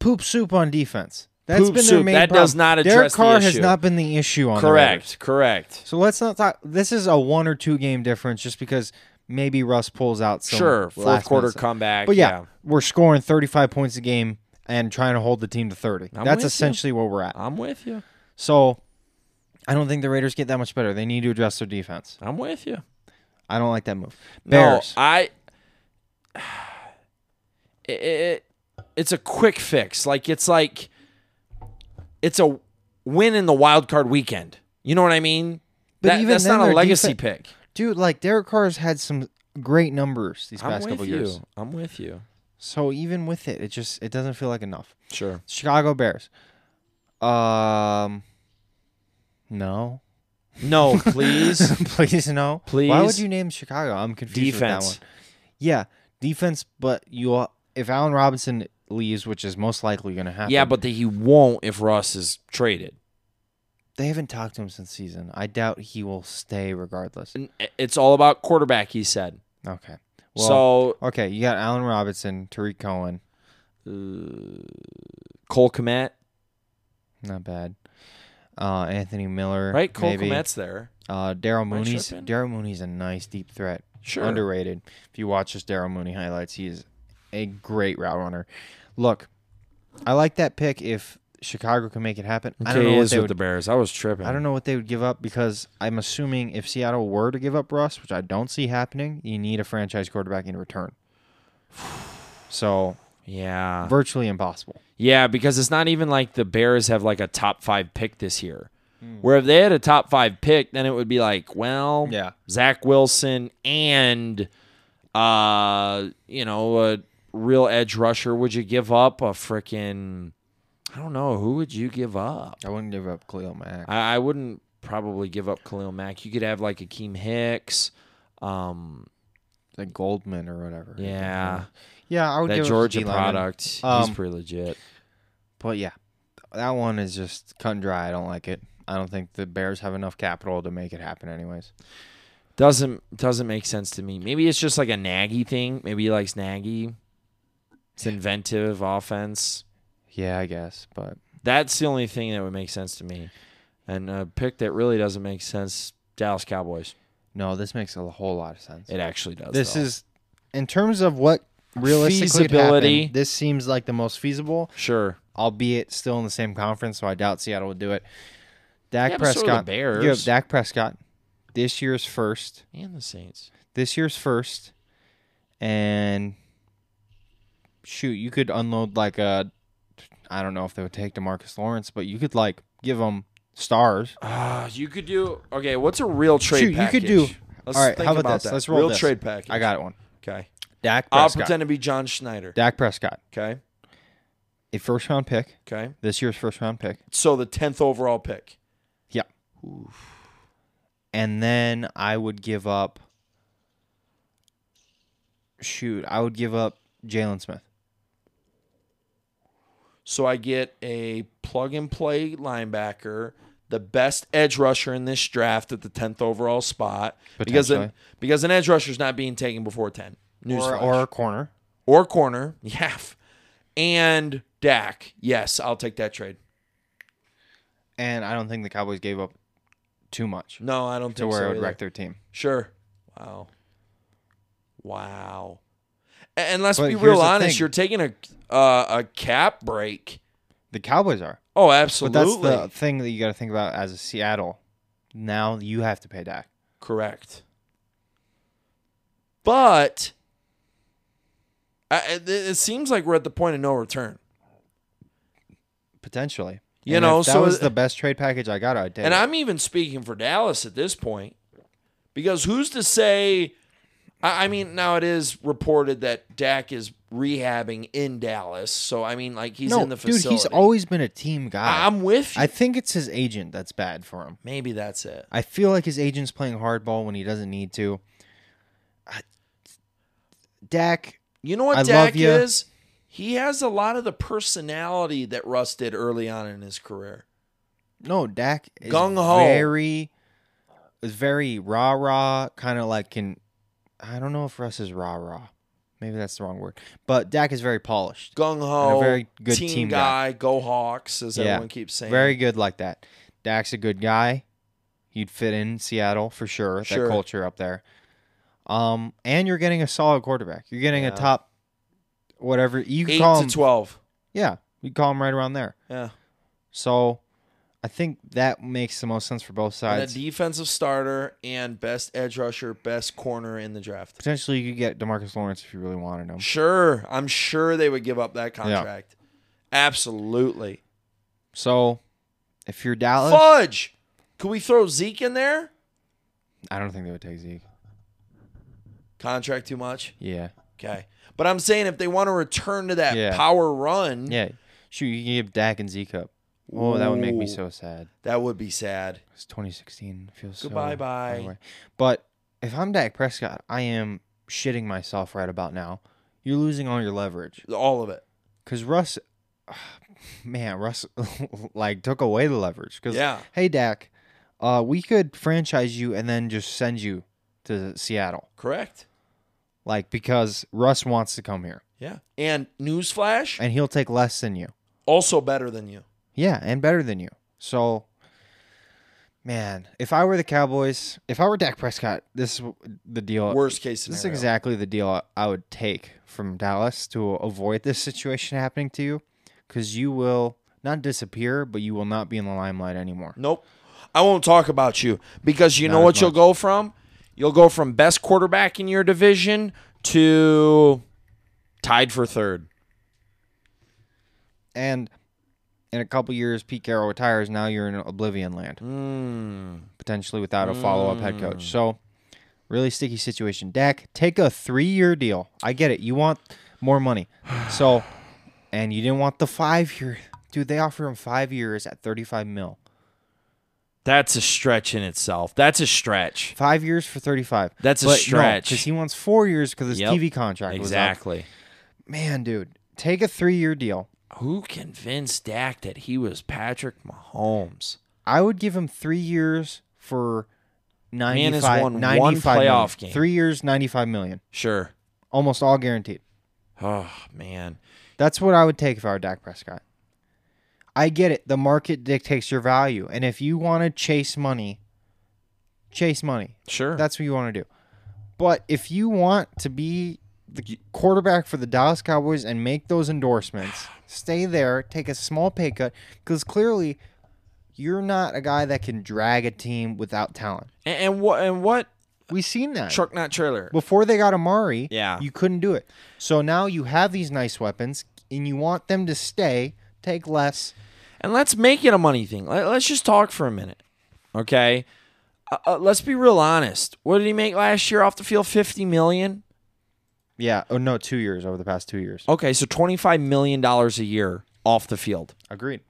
Poop soup on defense. That's
Poop
been
soup.
their main.
That
problem.
does not
Derek
address the
Carr has
issue.
not been the issue on the Raiders.
Correct, correct.
So let's not talk. This is a one or two game difference, just because maybe Russ pulls out some
Sure, fourth
last-minute
quarter
stuff.
comeback.
But yeah, we're scoring 35 points a game and trying to hold the team to 30.
I'm with
That's
you.
essentially where we're at.
I'm with you.
So I don't think the Raiders get that much better. They need to address their defense.
I'm with you.
I don't like that move. Bears.
No, I. <sighs> It, it, it's a quick fix. Like it's like, it's a win in the wild card weekend. You know what I mean?
But
That-
even
that's
then,
not a
their
legacy pick.
Dude, like Derek Carr's had some great numbers these
I'm
past
with
couple
you.
years.
I'm with you.
So even with it, it just it doesn't feel like enough.
Sure.
Chicago Bears. Um no. <laughs>
No, <laughs> please.
Please no. Why would
Please.
you name Chicago? I'm confused with
Defense.
that one. Yeah, defense, but you if Allen Robinson leaves, which is most likely going to happen.
yeah, but the, he won't if Russ is traded.
they haven't talked to him since season. I doubt he will stay regardless.
N- It's all about quarterback. He said.
Okay. Well,
so
okay, you got Allen Robinson, Tariq Cohen.
uh, Cole Komet,
Not bad. Uh, Anthony Miller,
right? Cole
maybe.
Komet's there.
Uh, Daryl
Brent
Mooney's.
Sherpin?
Daryl Mooney's a nice deep threat.
Sure.
Underrated. If you watch his Daryl Mooney highlights, he is a great route runner. Look, I like that pick. If Chicago can make it happen, I don't
Okay,
know
he
what
is
they
with
would.
the Bears. I was tripping.
I don't know what they would give up because I'm assuming if Seattle were to give up Russ, which I don't see happening, you need a franchise quarterback in return. <sighs> So
Yeah.
virtually impossible.
Yeah, because it's not even like the Bears have like a top five pick this year. Where if they had a top five pick, then it would be like, well,
Yeah.
Zach Wilson and uh, you know, a real edge rusher. Would you give up a freaking I don't know, who would you give up?
I wouldn't give up Khalil Mack.
I, I wouldn't probably give up Khalil Mack. You could have like Akeem Hicks. Um,
like Goldman or whatever.
yeah.
Yeah, I would
That
give it to
Georgia
D lineman.
product.
Um,
he's pretty legit.
But yeah, that one is just cut and dry. I don't like it. I don't think the Bears have enough capital to make it happen, anyways.
Doesn't doesn't make sense to me. Maybe it's just like a Nagy thing. Maybe he likes Nagy. It's inventive offense.
Yeah, I guess. But
That's the only thing that would make sense to me. And a pick that really doesn't make sense, Dallas Cowboys.
no, this makes a whole lot of sense.
It actually does.
this
though.
is, in terms of what realistically could
Feasibility.
happen, this seems like the most feasible,
sure.
albeit still in the same conference. So I doubt Seattle would do it. Dak
Yeah, but so do the
Prescott. You have
Bears.
Dak Prescott. This year's first.
And the Saints.
This year's first. and shoot, you could unload like a I don't know if they would take DeMarcus Lawrence, but you could like give them stars.
Ah, you could do okay. What's a real trade?
Shoot, you
package?
could do-
Let's
all right,
think
how about
about
this?
that.
Let's roll
real
this.
trade package.
I got it one.
Okay.
Dak
I'll
Prescott.
pretend to be John Schneider.
Dak Prescott,
Okay.
a first round pick,
Okay.
this year's first round pick.
So the tenth overall pick.
Yeah. And then I would give up. Shoot, I would give up Jalen Smith.
So I get a plug and play linebacker, the best edge rusher in this draft at the tenth overall spot. Because an,
Potentially.
because an edge rusher is not being taken before ten.
Or,
Newsflash.
or a corner.
or corner. <laughs> Yeah. And Dak. Yes, I'll take that trade.
And I don't think the Cowboys gave up too much
No, I don't
to
think
where
so.
it would
either.
wreck their team.
Sure. Wow. Wow. A- And let's
But
be
here's
real
the
honest,
thing.
you're taking a uh, a cap break.
The Cowboys are.
Oh,
But
absolutely.
that's the thing that you got to think about as a Seattle. Now you have to pay Dak.
Correct. But I, it, it seems like we're at the point of no return.
Potentially.
You
And
know,
if that
so
was
it-
the best trade package I got. I did.
And I'm even speaking for Dallas at this point because who's to say? I I mean, now it is reported that Dak is rehabbing in Dallas. So, I mean, like, he's
no,
in the facility.
dude, he's always been a team guy.
I'm with you.
I think it's his agent that's bad for him.
Maybe that's it.
I feel like his agent's playing hardball when he doesn't need to. I- Dak,
You know what
I
Dak
love ya.
is? He has a lot of the personality that Russ did early on in his career.
no, Dak is
Gung ho.
very, is very rah rah, kind of like can. I don't know if Russ is rah rah. Maybe that's the wrong word, but Dak is very polished,
Gung ho,
And a very good
team,
team
guy,
guy.
go Hawks, as
Yeah.
everyone keeps saying.
very good like that. Dak's a good guy. He'd fit in Seattle for sure.
Sure.
That culture up there. Um, and you're getting a solid quarterback. You're getting
Yeah.
a top, whatever you can
eight
call
to
him.
twelve.
Yeah, you call him right around there.
Yeah,
So I think that makes the most sense for both
and a
sides.
defensive starter and best edge rusher, best corner in the draft.
Potentially, you could get Demarcus Lawrence if you really wanted him.
Sure, I'm sure they would give up that contract. Absolutely.
So if you're Dallas,
Fudge. Could we throw Zeke in there?
I don't think they would take Zeke.
Contract too much.
Yeah,
Okay, but I'm saying if they want to return to that
Yeah.
power run,
yeah. Shoot, you can give Dak and Zeke up. Oh, that would make me
Ooh.
so sad.
That would be sad.
It's 2016. It feels
Goodbye,
so
bye.
far away. But if I'm Dak Prescott, I am shitting myself right about now. You're losing all your leverage
All of it.
because Russ, <sighs> man, Russ <laughs> like took away the leverage because
Yeah.
hey Dak, uh, we could franchise you and then just send you to Seattle,
Correct.
like because Russ wants to come here
Yeah. And newsflash,
and he'll take less than you.
also better than you.
Yeah, and better than you. So, man, if I were the Cowboys, if I were Dak Prescott, this is the deal.
Worst case
This
scenario.
is exactly the deal I would take from Dallas to avoid this situation happening to you, because you will not disappear, but you will not be in the limelight anymore.
Nope. I won't talk about you because you know
Not
what
as
you'll
much.
go from? You'll go from best quarterback in your division to tied for third.
And in a couple years, Pete Carroll retires. Now you're in oblivion land, potentially without a follow up head coach. So, really sticky situation. Dak, take a three year deal. I get it. You want more money. So, <sighs> and you didn't want the five year. Dude, they offer him five years at 35 mil.
That's a stretch in itself. That's a stretch.
Five years for 35.
That's a stretch.
Because he wants four years because his
Yep.
TV contract was
Exactly.
up. Man, dude, take a three year deal.
Who convinced Dak that he was Patrick Mahomes?
I would give him three years for
Man has
95,
won one
95 million.
playoff game.
Three years, 95 million.
Sure.
Almost all guaranteed.
Oh, man.
That's what I would take if I were Dak Prescott. I get it. The market dictates your value. And if you want to chase money, chase money.
Sure.
That's what you want to do. But if you want to be the quarterback for the Dallas Cowboys and make those
<sighs>
endorsements, stay there, take a small pay cut, because clearly you're not a guy that can drag a team without talent.
And, and what and what
We've seen that.
truck not trailer.
Before they got Amari,
Yeah.
you couldn't do it. So now you have these nice weapons and you want them to stay, take less.
And let's make it a money thing. Let, us just talk for a minute, okay? Uh, uh, let's be real honest. What did he make last year off the field? Fifty million.
Yeah. Oh no, 2 years over the past 2 years.
Okay, so twenty-five million dollars a year off the field.
Agreed.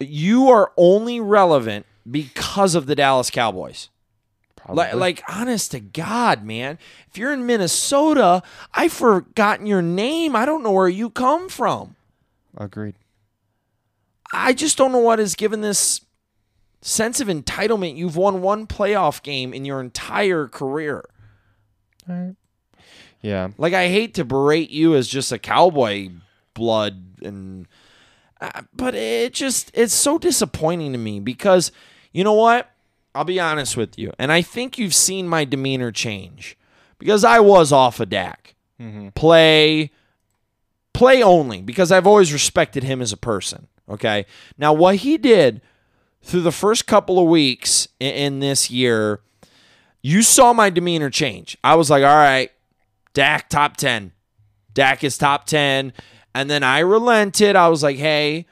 You are only relevant because of the Dallas Cowboys.
Probably.
Like, like, honest to God, man. If you're in Minnesota, I've forgotten your name. I don't know where you come from.
Agreed.
I just don't know what has given this sense of entitlement. You've won one playoff game in your entire career.
All right. Yeah.
Like I hate to berate you as just a cowboy blood and uh, but it just it's so disappointing to me because you know what? I'll be honest with you. And I think you've seen my demeanor change because I was off of Dak. Play play only because I've always respected him as a person, okay? Now what he did through the first couple of weeks in, in this year, you saw my demeanor change. I was like, "All right, Dak top 10. Dak is top 10. And then I relented. I was like, hey,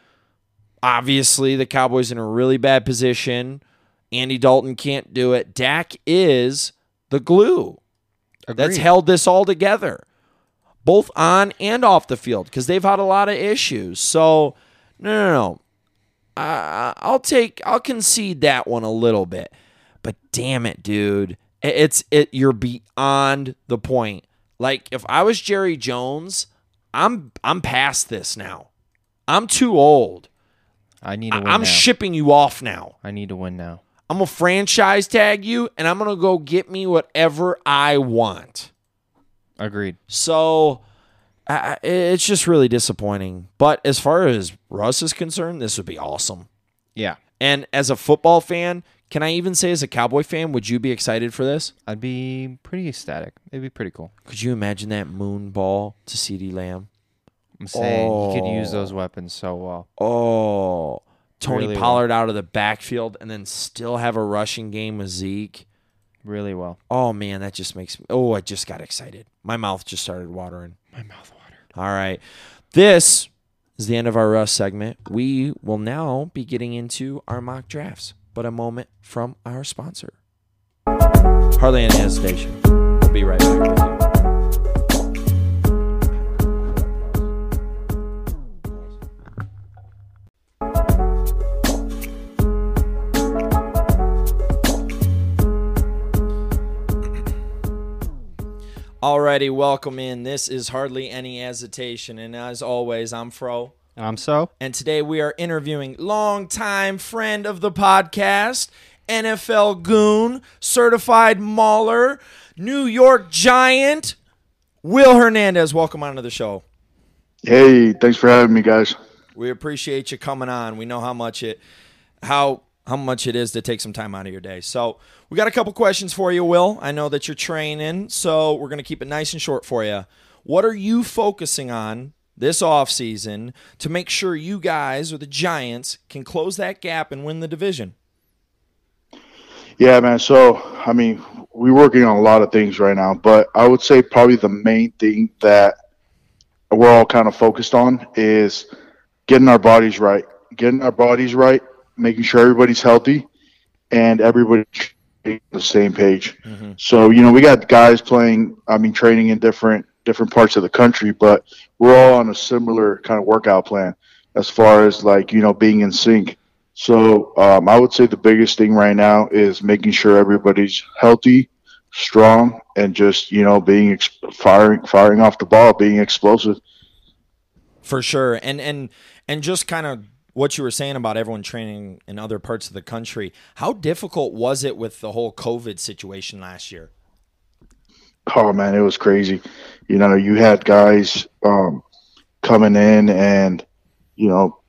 obviously the Cowboys in a really bad position. Andy Dalton can't do it. Dak is the glue
Agreed.
that's held this all together, both on and off the field, because they've had a lot of issues. So, no, no, no. I I'll take, I'll concede that one a little bit, but damn it, dude, I- it's it. You're beyond the point. Like if I was Jerry Jones, I'm I'm past this now. I'm too old.
I need to
I-
win
I'm
now.
shipping you off now.
I need to win now.
I'm gonna franchise tag you, and I'm gonna go get me whatever I want.
Agreed.
So I, I- it's just really disappointing. But as far as Russ is concerned, this would be awesome.
Yeah.
And as a football fan, can I even say as a Cowboy fan, would you be excited for this?
I'd be pretty ecstatic. It'd be pretty cool.
Could you imagine that moon ball to CD Lamb?
I'm saying he could use those weapons so well.
Oh, Tony
Really
Pollard out of the backfield and then still have a rushing game with Zeke.
Really well.
Oh man, that just makes me. Oh, I just got excited. My mouth just started watering.
My mouth watered.
All right. This is the end of our Russ segment. We will now be getting into our mock drafts, but a moment from our sponsor. Hardly any hesitation. We'll be right back with you. Alrighty, welcome in. This is Hardly Any Hesitation. And as always, I'm Fro.
I'm Um, so.
And today we are interviewing longtime friend of the podcast, NFL goon, certified mauler, New York Giant, Will Hernandez. Welcome onto the show.
Hey, thanks for having me, guys.
We appreciate you coming on. We know how much it how how much it is to take some time out of your day. So we got a couple questions for you, Will. I know that you're training, so we're gonna keep it nice and short for you. What are you focusing on this offseason to make sure you guys or the Giants can close that gap and win the division?
Yeah, man. So, I mean, we're working on a lot of things right now, but I would say probably the main thing that we're all kind of focused on is getting our bodies right, getting our bodies right, making sure everybody's healthy and everybody's on the same page. So, you know, we got guys playing, I mean, training in different different parts of the country, but we're all on a similar kind of workout plan as far as like, you know, being in sync. So um, I would say the biggest thing right now is making sure everybody's healthy, strong, and just you know being ex- firing firing off the ball, being explosive.
For sure. And and and just kind of what you were saying about everyone training in other parts of the country, how difficult was it with the whole COVID situation last year?
Oh man, it was crazy. You know, you had guys um, coming in and you know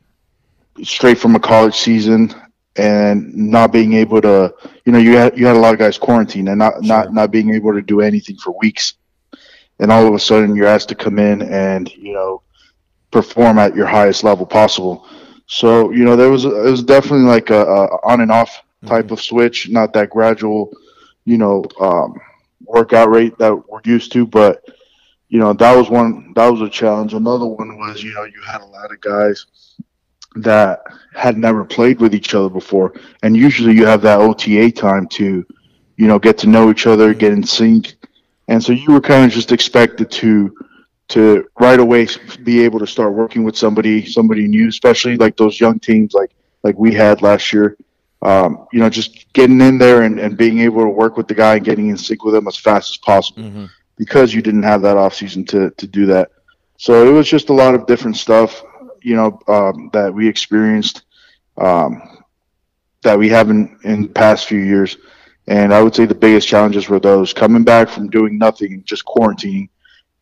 straight from a college season and not being able to you know you had you had a lot of guys quarantined and not not not being able to do anything for weeks and all of a sudden you're asked to come in and you know perform at your highest level possible so you know there was it was definitely like a, a on and off type of switch not that gradual you know um, workout rate that we're used to, but you know that was one that was a challenge. Another one was you know you had a lot of guys that had never played with each other before, and usually you have that OTA time to you know get to know each other, get in sync, and so you were kind of just expected to to right away be able to start working with somebody somebody new, especially like those young teams like like we had last year. Um, you know, just getting in there and, and being able to work with the guy and getting in sync with him as fast as possible
Mhm.
because you didn't have that off season to, to do that. So it was just a lot of different stuff, you know, um, that we experienced um, that we haven't in the past few years. And I would say the biggest challenges were those coming back from doing nothing, just quarantining,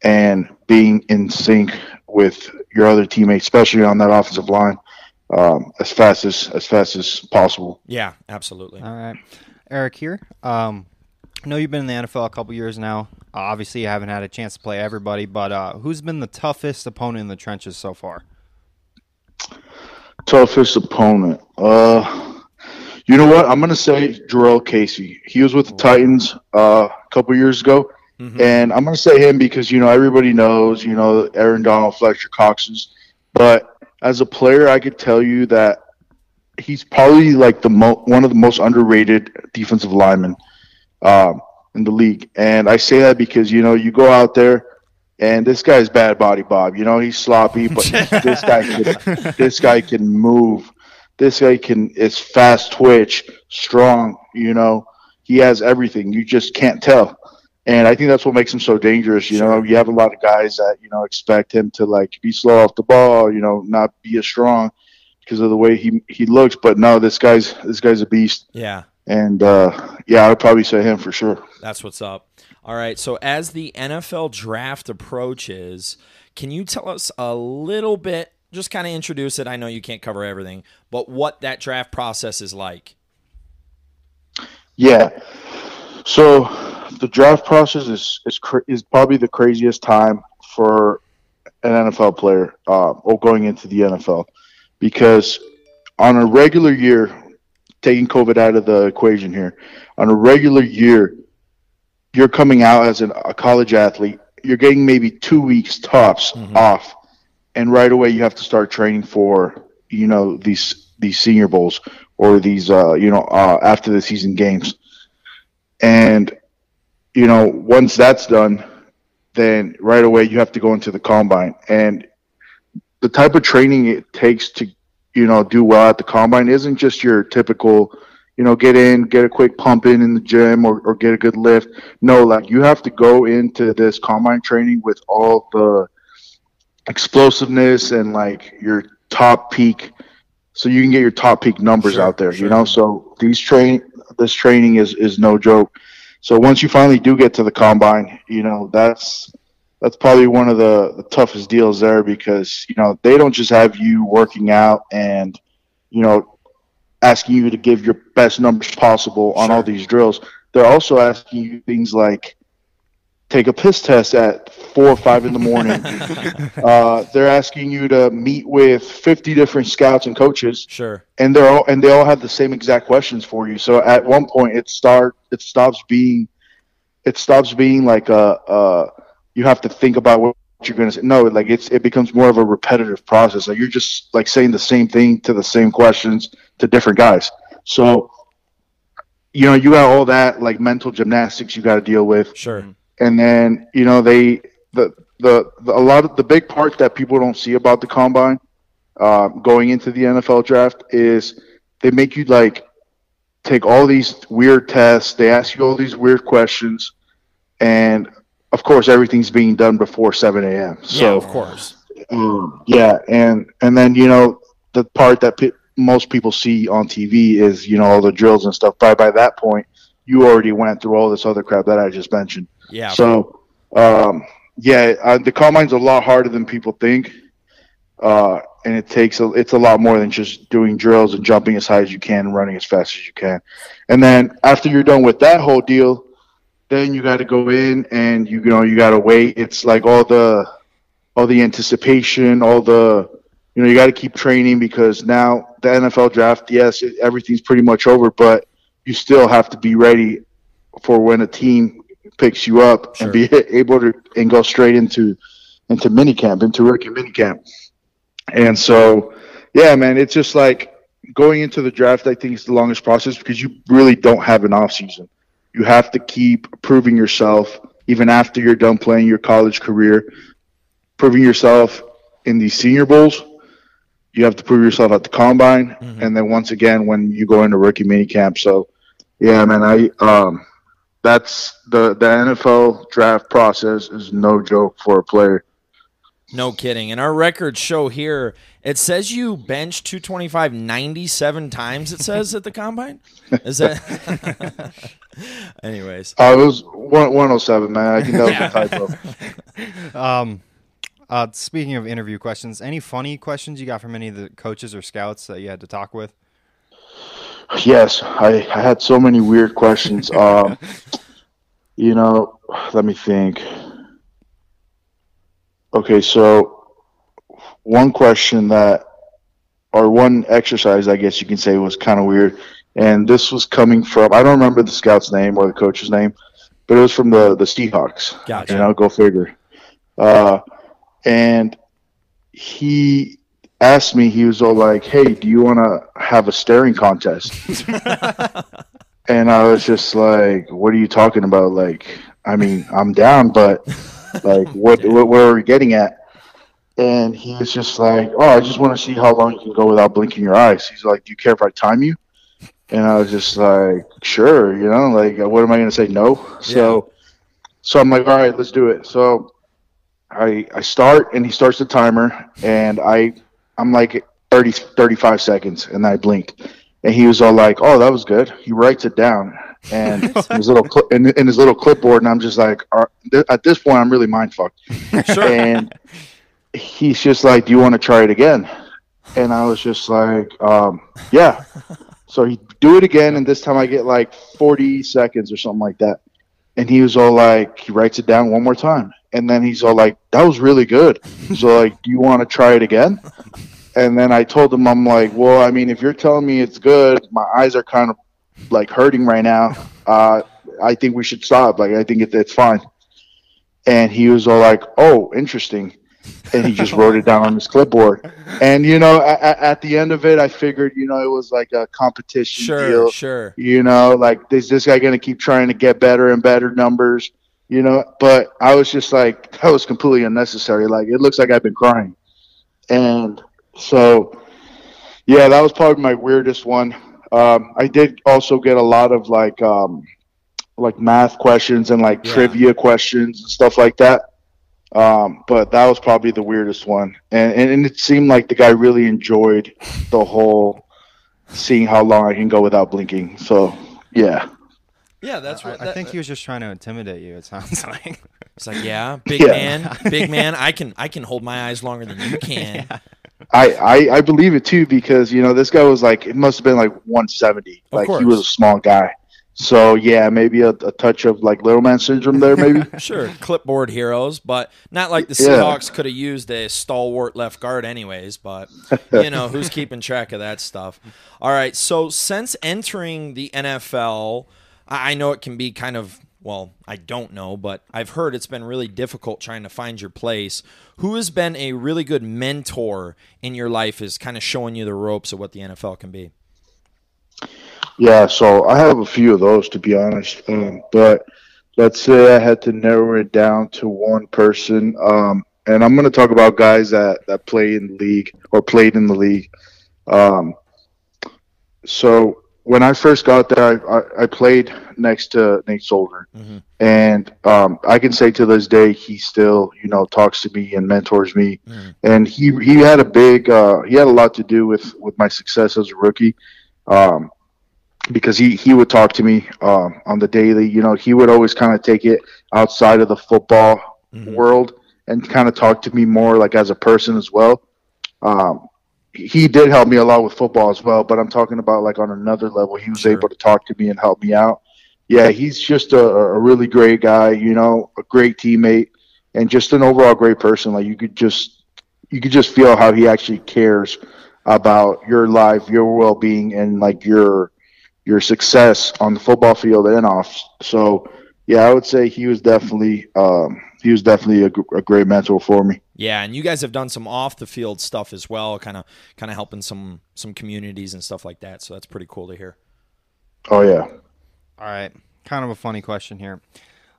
and being in sync with your other teammates, especially on that offensive line, um, as fast as as fast as possible.
Yeah, absolutely.
Uh,
All right, Eric here. Um, I know you've been in the NFL a couple years now. Uh, obviously, you haven't had a chance to play everybody, but uh, who's been the toughest opponent in the trenches so far?
Toughest opponent. Uh, you know what? I'm gonna say Jarrell Casey. He was with the Titans uh, a couple years ago,
Mhm.
and I'm gonna say him because you know everybody knows you know Aaron Donald, Fletcher Cox's. But as a player, I could tell you that he's probably like the mo- one of the most underrated defensive linemen um, in the league, and I say that because you know you go out there. And this guy's bad body, Bob. You know he's sloppy,
<laughs>
but this guy can, this guy can move. This guy can is fast twitch, strong. You know he has everything. You just can't tell, and I think that's what makes him so dangerous. You know you have a lot of guys that you know expect him to like be slow off the ball. You know not be as strong because of the way he he looks. But no, this guy's this guy's a beast,
Yeah.
and uh, yeah, I'd probably say him for sure.
That's what's up. All right. So, as the NFL draft approaches, can you tell us a little bit, just kind of introduce it? I know you can't cover everything, but what that draft process is like. <laughs>
Yeah. So the draft process is is cra- is probably the craziest time for an NFL player uh, or going into the NFL because on a regular year, taking COVID out of the equation here, on a regular year, you're coming out as an, a college athlete. You're getting maybe two weeks tops off, and right away you have to start training for you know these these senior bowls or these uh, you know uh, after the season games, and you know once that's done, then right away you have to go into the combine and the type of training it takes to you know do well at the combine isn't just your typical you know get in get a quick pump in in the gym or, or get a good lift no like you have to go into this combine training with all the explosiveness and like your top peak so you can get your top peak numbers
Sure,
out there
sure.
you know so these train this training is is no joke so once you finally do get to the combine you know that's that's probably one of the, the toughest deals there because you know they don't just have you working out and you know asking you to give your best numbers possible on all these drills they're also asking you things like take a piss test at four or five in the
<laughs>
morning uh, they're asking you to meet with 50 different scouts and coaches
Sure.
and they're all and they all have the same exact questions for you. So at one point, it start it stops being, it stops being like a, a you have to think about what you're going to say. No, like it's it becomes more of a repetitive process. Like you're just like saying the same thing to the same questions to different guys. So you know you got all that like mental gymnastics you got to deal with
Sure.
and then you know they the, the the a lot of the big part that people don't see about the combine uh, going into the NFL draft is they make you like take all these weird tests. They ask you all these weird questions, and of course everything's being done before seven a.m.
yeah,
So
of course.
um, yeah, and and then you know the part that pe- most people see on TV is you know all the drills and stuff. By by that point, you already went through all this other crap that I just mentioned.
Yeah.
So, um, yeah, uh, the combine's a lot harder than people think, uh, and it takes a, it's a lot more than just doing drills and jumping as high as you can, and running as fast as you can, and then after you're done with that whole deal, then you got to go in and you, know you got to wait. It's like all the all the anticipation, all the you know you got to keep training because now the NFL draft, yes, it, everything's pretty much over, but you still have to be ready for when a team picks you up and be <laughs> able to and go straight into into minicamp, into rookie minicamp. And so, yeah, man, it's just like going into the draft. I think is the longest process because you really don't have an off season. You have to keep proving yourself even after you're done playing your college career, proving yourself in these senior bowls. You have to prove yourself at the combine, and then once again when you go into rookie minicamp. So, yeah, man, I um, that's the the NFL draft process is no joke for a player.
No kidding. And our records show here, it says you bench 225 97 times, it says at the combine. Is
<laughs>
that. <laughs> Anyways,
I was one one oh seven, man. I think that was a typo.
Um, uh, speaking of interview questions, any funny questions you got from any of the coaches or scouts that you had to talk with?
Yes, I, I had so many weird questions. Um, you know, let me think. Okay, so one question that, or one exercise, I guess you can say, was kind of weird. And this was coming from, I don't remember the scout's name or the coach's name, but it was from the, the Seahawks.
Gotcha.
You know, go figure. Uh, and he asked me, he was all like, hey, do you want to have a staring contest? and I was just like, "What are you talking about?" Like, I mean, I'm down, but like, what, what, where are we getting at? And he was just like, "Oh, I just want to see how long you can go without blinking your eyes." He's like, "Do you care if I time you?" And I was just like, "Sure," you know, like, what am I going to say? No. So, so I'm like, "All right, let's do it." So, I I start, and he starts the timer, and I I'm like 30, 35 seconds, and I blinked. And he was all like, "Oh, that was good." He writes it down, and in his little cli- in, in his little clipboard, and I'm just like, "Are- th- "At this point, I'm really mind fucked."
sure.
And he's just like, "Do you want to try it again?" And I was just like, um, "Yeah." So he do it again, and this time I get like 40 seconds or something like that. And he was all like, he writes it down one more time, and then he's all like, "That was really good." So like, "Do you want to try it again?" And then I told him, I'm like, "Well, I mean, if you're telling me it's good, my eyes are kind of like hurting right now. Uh, I think we should stop. Like, I think it, it's fine." And he was all like, "Oh, interesting." and he just wrote it down on his clipboard. And you know, at, at the end of it, I figured, you know, it was like a competition
Sure,
deal.
sure.
You know, like is this guy going to keep trying to get better and better numbers? You know, but I was just like, <laughs> that was completely unnecessary. Like it looks like I've been crying, and so yeah, that was probably my weirdest one. Um, I did also get a lot of like um, like math questions and like
Yeah.
trivia questions and stuff like that. Um, but that was probably the weirdest one, and, and and it seemed like the guy really enjoyed the whole seeing how long I can go without blinking. So yeah,
Yeah, that's
I,
what
I think he was just trying to intimidate you. It sounds <laughs> like.
It's like, yeah, big
Yeah.
man,
<laughs>
big man. I can, I can hold my eyes longer than you <laughs> can.
I, I I believe it too because you know this guy was like it must have been like 170,
Of
like
course.
he was a small guy. So yeah, maybe a, a touch of like little man syndrome
<laughs>
there, maybe.
Sure, clipboard heroes, but not like the
Yeah.
Seahawks could have used a stalwart left guard, anyways. But you know who's keeping track of that stuff? All right. So since entering the NFL, I I know it can be kind of well, I don't know, but I've heard it's been really difficult trying to find your place. Who has been a really good mentor in your life is kind of showing you the ropes of what the NFL can be?
Yeah, so I have a few of those to be honest. Um, but let's say I had to narrow it down to one person. Um, and I'm going to talk about guys that, that play in the league or played in the league. Um, so when I first got there, I, I, I played next to Nate Solder.
Mhm.
And um, I can say to this day, he still, you know, talks to me and mentors me.
Mhm.
And he, he had a big, uh, he had a lot to do with, with my success as a rookie. Um, because he, he would talk to me um, on the daily. You know, he would always kind of take it outside of the football
Mhm.
world and kind of talk to me more like as a person as well. Um, he did help me a lot with football as well, but I'm talking about like on another level. He was
Sure.
able to talk to me and help me out. Yeah, he's just a, a really great guy, you know, a great teammate and just an overall great person. Like you could just you could just feel how he actually cares about your life, your well being and like your your success on the football field and off. So yeah, I would say he was definitely um, he was definitely a, gr- a great mentor for me.
Yeah, and you guys have done some off the field stuff as well, kind of kind of helping some some communities and stuff like that. So that's pretty cool to hear.
Oh yeah,
All right. Kind of a funny question here.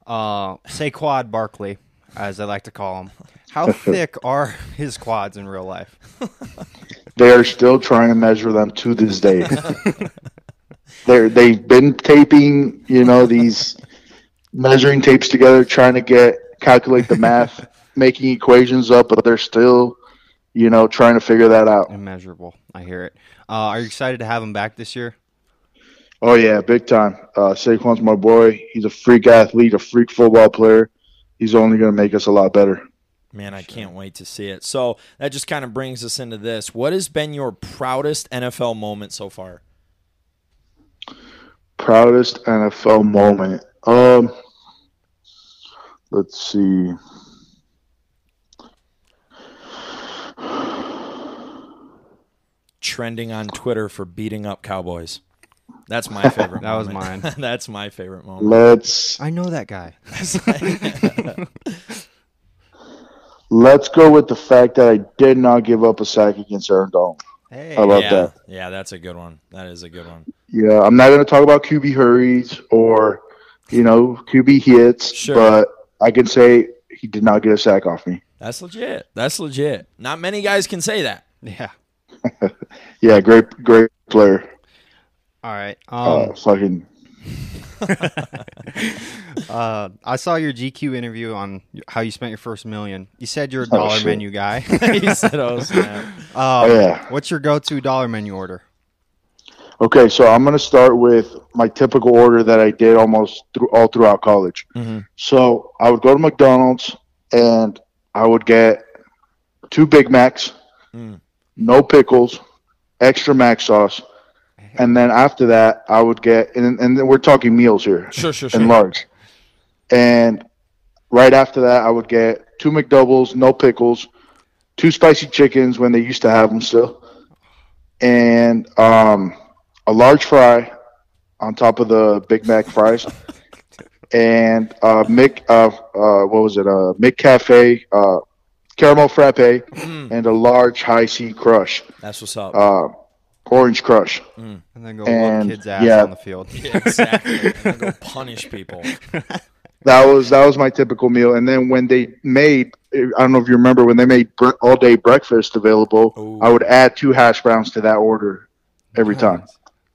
Uh, Saquad Barkley, as I like to call him.
<laughs>
How thick are his quads in real life?
they are still trying to measure them to this day. They're they've been taping, you know, these measuring tapes together, trying to get calculate the math, making equations up, but they're still, you know, trying to figure that out.
Immeasurable. I hear it. Uh, are you excited to have him back this year?
Oh yeah, big time. Uh, Saquon's my boy. He's a freak athlete, a freak football player. He's only going to make us a lot better.
Man, I can't wait to see it. So that just kind of brings us into this. What has been your proudest NFL moment so far?
Proudest NFL moment. Um, let's see.
Trending on Twitter for beating up Cowboys. That's
<laughs>
my favorite.
That was
moment.
mine.
<laughs> That's my favorite moment.
Let's
I know that guy.
let's go with the fact that I did not give up a sack against Aaron Donald.
Hey.
I <laughs> love
yeah,
that.
yeah, that's a good one. That is a good one.
Yeah, I'm not going to talk about QB hurries or you know QB hits,
Sure.
but I can say he did not get a sack off me.
That's legit. That's legit. Not many guys can say that. <laughs>
Yeah.
Yeah, great, great player.
All right.
Uh,
Um,
fucking
uh, I saw your GQ interview on how you spent your first million. You said you're a
Oh,
dollar
shit.
menu guy.
he said, "Oh snap."
Uh,
<laughs>
<laughs>
oh yeah.
What's your go-to dollar menu order?
Okay, so I'm going to start with my typical order that I did almost through, all throughout college.
Mhm.
So I would go to McDonald's and I would get two Big Macs,
Mm.
no pickles, extra mac sauce, and then after that I would get and and then we're talking meals here
Sure, sure,
and
sure.
large. And right after that, I would get two McDoubles, no pickles, two spicy chickens when they used to have them still, and um, a large fry on top of the Big
<laughs>
Mac fries. And uh, Mick, uh, uh, what was it? Uh, Mick Cafe, uh, caramel frappe,
Mm.
and a large high C crush,
That's what's up.
uh, orange crush.
And then go
And,
whoop kids' ass
yeah.
on the field.
Yeah,
<laughs>
exactly. I'm gonna go punish people.
That was that was my typical meal. And then when they made, I don't know if you remember when they made bre- all day breakfast available,
Ooh.
I would add two hash browns to that order every time.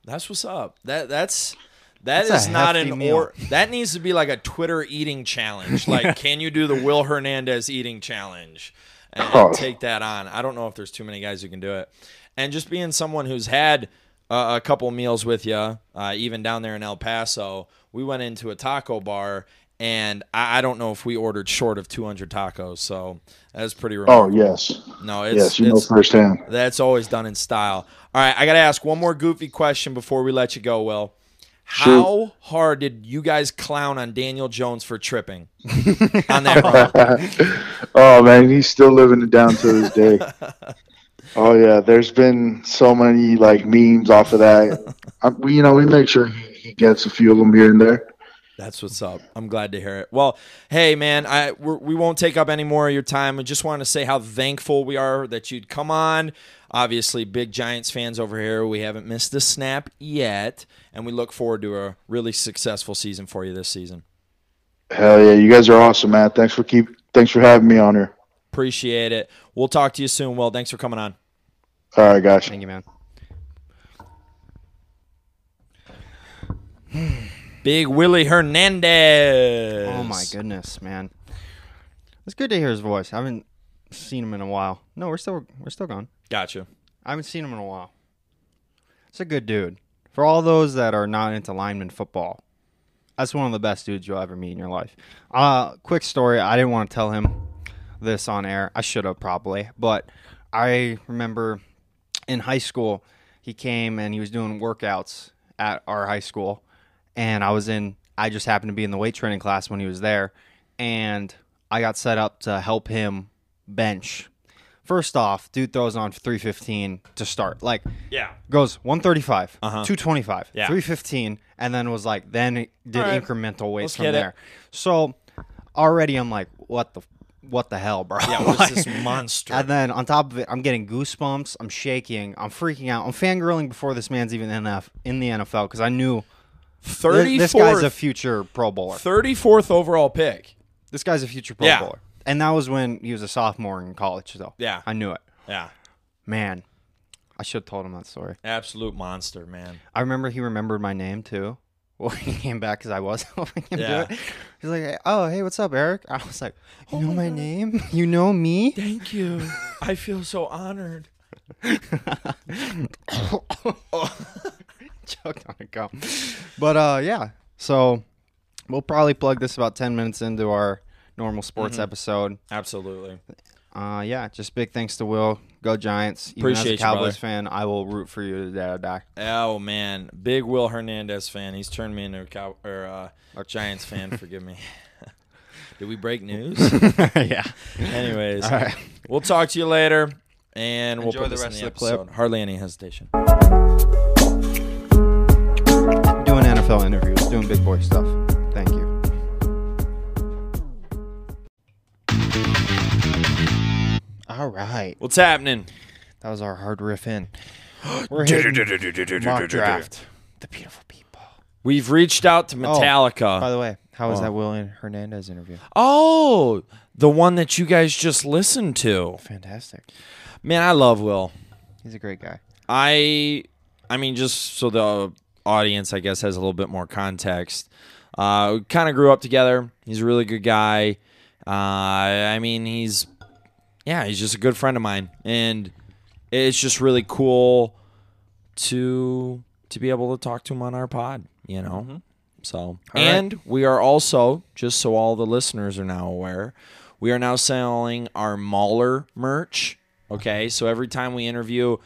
That's what's up. That that's that
That's a
is not
hefty
an
meal.
or that needs to be like a Twitter eating challenge. Like, can you do the Will Hernandez eating challenge and, and
Oh.
take that on? I don't know if there's too many guys who can do it. And just being someone who's had uh, a couple meals with you, uh, even down there in El Paso, we went into a taco bar. And I I don't know if we ordered short of 200 tacos, so that's pretty
Oh
remarkable.
yes,
no, it's,
yes, you know
it's
firsthand.
that's always done in style. All right, I got to ask one more goofy question before we let you go, Will. How hard did you guys clown on Daniel Jones for tripping on that run?
oh man, he's still living it down to
<laughs>
this day. oh yeah, there's been so many like memes off
<laughs>
of that. I, we, you know, we make sure he, he gets a few of them here and there.
That's what's up. I'm glad to hear it. Well, hey man, I we're, we won't take up any more of your time. I just want to say how thankful we are that you'd come on. Obviously, big Giants fans over here. We haven't missed a snap yet, and we look forward to a really successful season for you this season.
Hell yeah, you guys are awesome, man. Thanks for keep, thanks for having me on here.
Appreciate it. We'll talk to you soon, Will. Thanks for coming on.
All right, guys.
Thank you, man.
Big Willie Hernandez.
Oh my goodness, man. It's good to hear his voice. I haven't seen him in a while. No, we're still we're still gone.
Gotcha.
I haven't seen him in a while. It's a good dude. For all those that are not into lineman football, that's one of the best dudes you'll ever meet in your life. Uh, quick story. I didn't want to tell him this on air. I should have probably, but I remember in high school he came and he was doing workouts at our high school, and I was in. I just happened to be in the weight training class when he was there, and I got set up to help him bench First off, dude throws on 315 to start. Like,
Yeah.
goes 135, 225,
Uh-huh. Yeah.
315, and then was like, then it did
right.
incremental weights
Let's
from
get it.
there. So already I'm like, what the, what the hell, bro? <laughs>
Yeah, what's this
Like-
monster?
Oh And then on top of it, I'm getting goosebumps. I'm shaking. I'm freaking out. I'm fangirling before this man's even in the, in the NFL because I knew thi-
34th,
this guy's a future Pro Bowler.
34th overall pick.
This guy's a future Pro
Yeah.
Bowler. And that was when he was a sophomore in college, though.
Yeah.
I knew it.
Yeah.
Man, I should have told him that story.
Absolute monster, man.
I remember he remembered my name too. <laughs> Well, he came back because I was <laughs> helping him
Yeah. Oh
do it. He's like, "Oh, hey, what's up, Eric?" I was like, "You know my name? <laughs> You know
<laughs>
me?"
Thank you. I feel so honored.
Choked on a gum. But uh, yeah. So we'll probably plug this about ten minutes into our normal sports
Mm-hmm.
episode.
Absolutely.
Uh, yeah. Just big thanks to Will. Go Giants! Even
Appreciate you,
as a Cowboys
brother.
fan, I will root for you to the day I
<laughs>
die.
Oh man, big Will Hernandez fan. He's turned me into a cow or uh,
<laughs>
Giants fan. Forgive me. <laughs> Did we break news? <laughs>
yeah.
Anyways,
<laughs> All right.
we'll talk to you later, and we'll
Enjoy
put
the
this
rest
in the
of the clip.
episode. Hardly any hesitation.
Doing NFL interviews, doing big boy stuff. Thank you. All right.
What's happening?
That was our hard riff <gasps> in. We're hitting <laughs> mock draft. The beautiful people.
We've reached out to
By
Metallica.
the way, how
uh,
was that William Hernandez interview?
Oh, the one that you guys just listened to.
Fantastic.
Man, I love Will.
He's a great guy.
I I mean just so the audience I guess has a little bit more context. Uh we kind of grew up together. He's a really good guy. Uh I mean he's yeah, he's just a good friend of mine and it's just really cool to to be able to talk to him on our pod, you know. So, and we are also just so all the listeners are now aware, we are now selling our Mauler merch. Okay, so every time we interview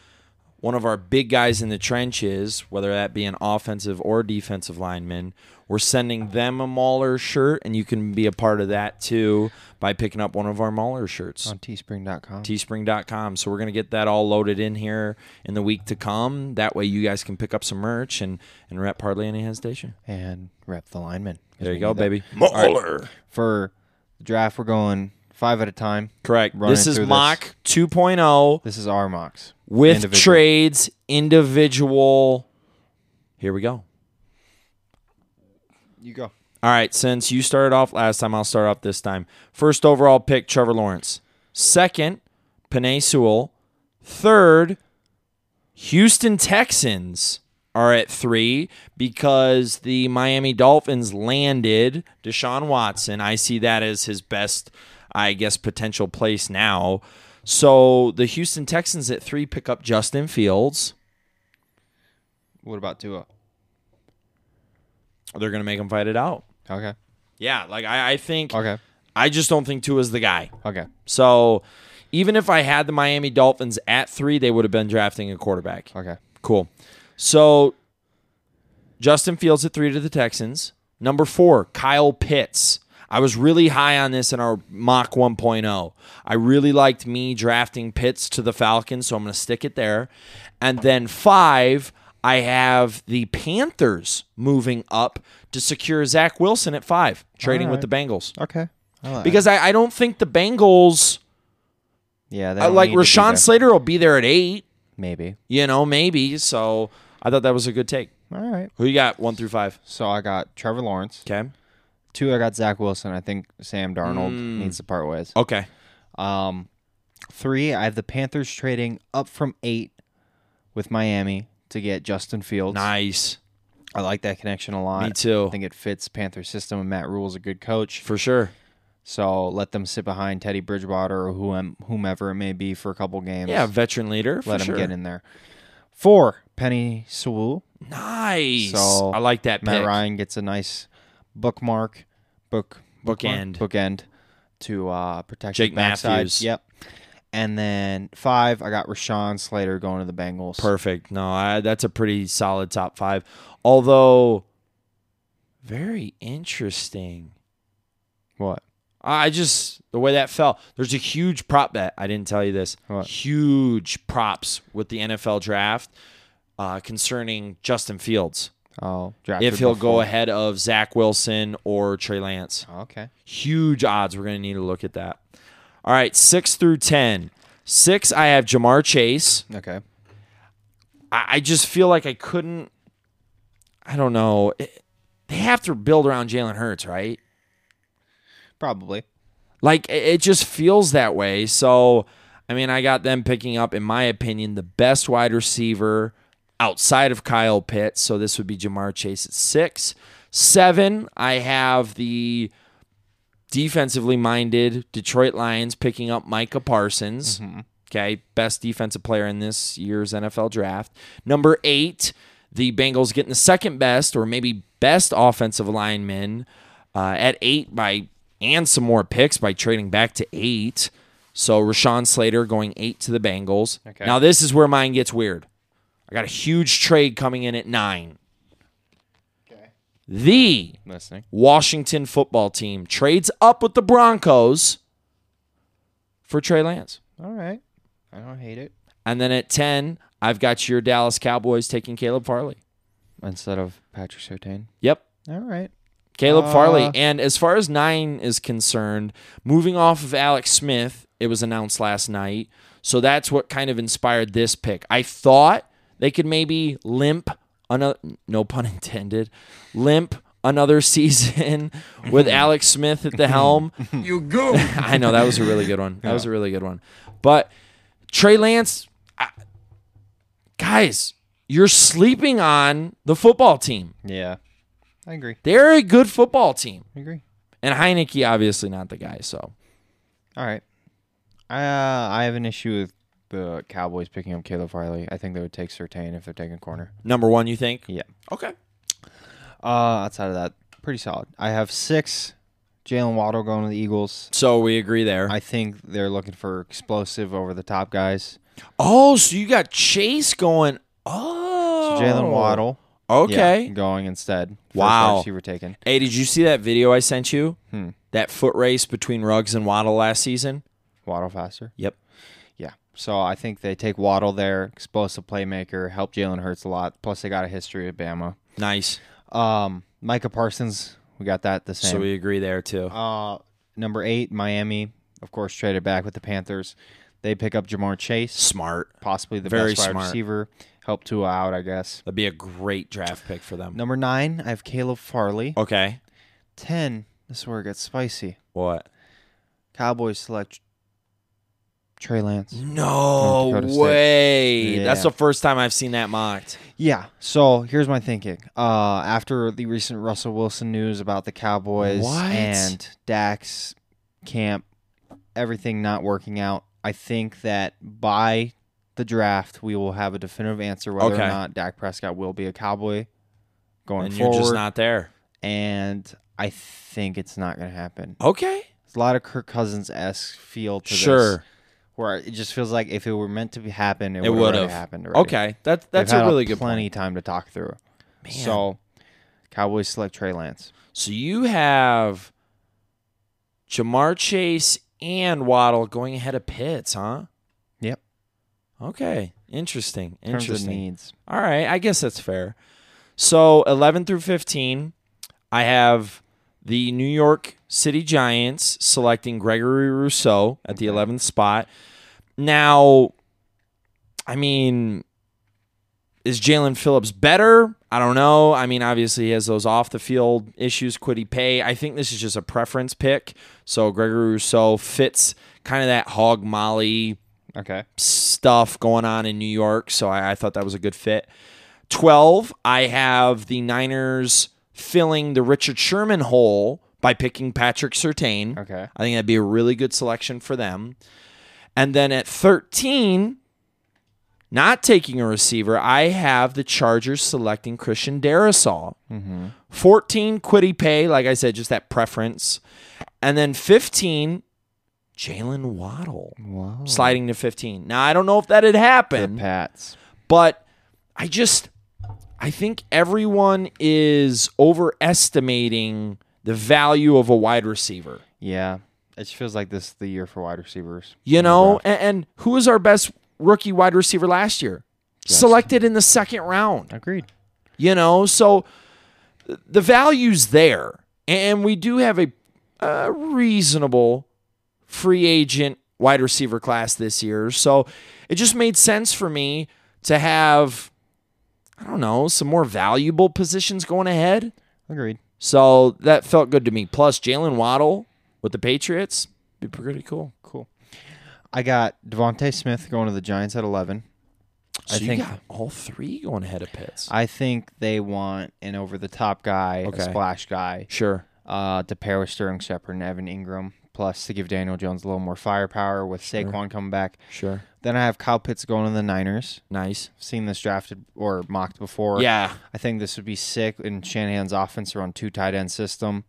one of our big guys in the trenches, whether that be an offensive or defensive lineman, we're sending them a Mauler shirt, and you can be a part of that too by picking up one of our Mauler shirts
On teespring.com.
teespring.com. So we're going to get that all loaded in here in the week to come. That way you guys can pick up some merch and and rep hardly any hesitation.
and rep the lineman. 'cause
There
we need
you go,
that.
baby.
For the draft, we're going five at a time.
Correct.
Running
this is
through
mock 2.0
This is our mocks.
with
Individual.
trades individual. Here we go.
You go.
All right, since you started off last time, I'll start off this time. First overall pick, Trevor Lawrence. Second, Panay Sewell. Third, Houston Texans are at three because the Miami Dolphins landed Deshaun Watson. I see that as his best, I guess, potential place now. So the Houston Texans at three pick up Justin Fields.
What about Tua?
They're going to make him fight it out.
Okay.
Yeah, like I, I think,
Okay.
I just don't think Tua's the guy.
Okay.
So even if I had the Miami Dolphins at three, they would have been drafting a quarterback.
Okay.
Cool. So Justin Fields at three to the Texans. Number four, Kyle Pitts. I was really high on this in our mock 1.0. I really liked me drafting Pitts to the Falcons, so I'm going to stick it there. And then five, I have the Panthers moving up to secure Zach Wilson at five, trading with the Bengals.
Okay. I like-
Because I, I don't think the Bengals.
yeah, they
I-
don't
like
need to be
Rashawn
there.
Slater will be there at eight,
Maybe.
you know, maybe. So I thought that was a good take.
All right.
Who you got? One through five.
So I got Trevor Lawrence.
Okay.
Two, I got Zach Wilson. I think Sam Darnold
Mm.
needs to part ways.
Okay.
Um, three, I have the Panthers trading up from eight with Miami to get Justin Fields.
Nice.
I like that connection a lot.
Me too.
I think it fits Panthers system. and Matt Rule's a good coach.
For sure.
So let them sit behind Teddy Bridgewater or whom- whomever it may be for a couple games.
Yeah, veteran leader. For
let him
sure.
get in there. Four, Penny Sewell.
Nice.
So,
I like that
Matt
pick.
Ryan gets a nice bookmark, book
Bookend.
bookmark? bookend to uh, protect
Jake
his backside.
Matthews.
Yep. And then five, I got Rashawn Slater going to the Bengals.
Perfect. No, I, that's a pretty solid top five. Although, very interesting.
What?
I just the way that fell. There's a huge prop bet. I didn't tell you this.
What?
Huge props with the NFL draft uh, concerning Justin Fields
Oh, drafted
if he'll go
before. Oh,
ahead of Zach Wilson or Trey Lance.
Okay.
Huge odds. We're going to need to look at that. All right, six through ten. Six, I have Jamar Chase.
Okay.
I, I just feel like I couldn't. I don't know. It- they have to build around Jalen Hurts, right?
Probably.
Like it, it just feels that way. So, I mean, I got them picking up, in my opinion, the best wide receiver outside of Kyle Pitts. So this would be Jamar Chase at six, seven. I have the defensively minded Detroit Lions picking up Micah Parsons. Okay, best defensive player in this year's NFL draft. Number eight, the Bengals getting the second best or maybe best offensive lineman uh, at eight by and some more picks by trading back to eight. So Rashawn Slater going eight to the Bengals.
Okay.
Now this is where mine gets weird. I got a huge trade coming in at nine. The
Listening.
Washington football team trades up with the Broncos for Trey Lance.
All right. I don't hate it.
And then at 10, I've got your Dallas Cowboys taking Caleb Farley.
Instead of Patrick Sertain.
Yep.
All right.
Caleb
Uh,
Farley. And as far as nine is concerned, moving off of Alex Smith, it was announced last night. So that's what kind of inspired this pick. I thought they could maybe limp, another, no pun <laughs> intended, limp another <laughs> season
<laughs>
with Alex Smith at the helm. <laughs>
You go.
I know that was a really good one. That was a really good one. But Trey Lance, I, guys, you're sleeping on the football team.
Yeah. I agree.
They're a good football team,
I agree.
and Heineke obviously not the guy. So
All right. Uh, I have an issue with the Cowboys picking up Caleb Farley. I think they would take Sertain if they're taking corner.
number one, you think?
Yeah.
Okay.
Uh, outside of that, pretty solid. I have six. Jalen Waddle going to the Eagles.
So we agree there.
I think they're looking for explosive over the top guys.
oh, so you got Chase going. Oh,
Jalen Waddle. yeah,
Okay.
going instead. First
Wow.
wide receiver taken.
Hey, did you see that video I sent you?
Hmm.
That foot race between Ruggs and Waddle last season.
Waddle faster.
Yep.
Yeah. So I think they take Waddle there, explosive playmaker, help Jalen Hurts a lot. Plus they got a history at Bama.
Nice.
Um, Micah Parsons, we got that the same.
So we agree there too.
uh, number eight, Miami, of course, traded back with the Panthers. They pick up Jamar Chase,
Smart.
possibly the
Very
best wide
smart.
receiver. Help Tua out, I guess.
That'd be a great draft pick for them.
Number nine, I have Caleb Farley.
Okay.
Ten, this is where it gets spicy.
What?
Cowboys select Trey Lance. North
No
Dakota State.
way.
Yeah.
That's the first time I've seen that mocked.
Yeah. So here's my thinking. Uh, after the recent Russell Wilson news about the Cowboys
What?
and Dax camp, everything not working out, I think that by the draft we will have a definitive answer whether
Okay.
or not Dak Prescott will be a Cowboy going
and you're
forward.
just not there.
and I think it's not going to happen.
Okay.
It's a lot of Kirk Cousins esque feel to this.
Sure.
Where it just feels like if it were meant to be happen, it,
It
would
would
have
have.
happened. Already.
Okay. That that's
They've
a
had
really good
plenty
point.
time to talk through.
Man.
So, Cowboys select Trey Lance.
So you have Jamar Chase and Waddle going ahead of Pitts, huh?
Yep.
Okay. Interesting.
In terms of
Interesting.
needs.
All right, I guess that's fair. So 11 through 15, I have the New York City Giants selecting Gregory Rousseau at the 11th spot. Now, I mean, is Jalen Phillips better? I don't know. I mean, obviously, he has those off the field issues. Could he pay? I think this is just a preference pick. So Gregory Rousseau fits kind of that hog molly
Okay.
stuff going on in New York, so I, I thought that was a good fit. 12, I have the Niners filling the Richard Sherman hole by picking Patrick Sertain.
Okay.
I think that'd be a really good selection for them. And then at 13, not taking a receiver, I have the Chargers selecting Christian Darisaw. 14, Quiddy Pay, like I said, just that preference. And then 15, Jalen Waddle
Wow.
sliding to 15. Now, I don't know if that had happened,
Pats.
but I just, I think everyone is overestimating the value of a wide receiver.
Yeah. It just feels like this is the year for wide receivers.
You know, and, and who was our best rookie wide receiver last year? Selected in the second round.
Agreed.
You know, so the value's there, and we do have a, a reasonable free agent wide receiver class this year. So it just made sense for me to have, I don't know, some more valuable positions going ahead.
Agreed.
So that felt good to me. Plus, Jalen Waddle with the Patriots be pretty cool.
Cool. I got Devonte Smith going to the Giants at eleven.
So
I
you
think
got all three going ahead of Pitts.
I think they want an over the top guy,
Okay.
a splash guy,
sure.
uh, to pair with Sterling Shepard and Evan Ingram, plus to give Daniel Jones a little more firepower with Saquon coming back.
Sure.
Then I have Kyle Pitts going to the Niners.
Nice.
Seen this drafted or mocked before.
Yeah.
I think this would be sick in Shanahan's offense around two tight end system.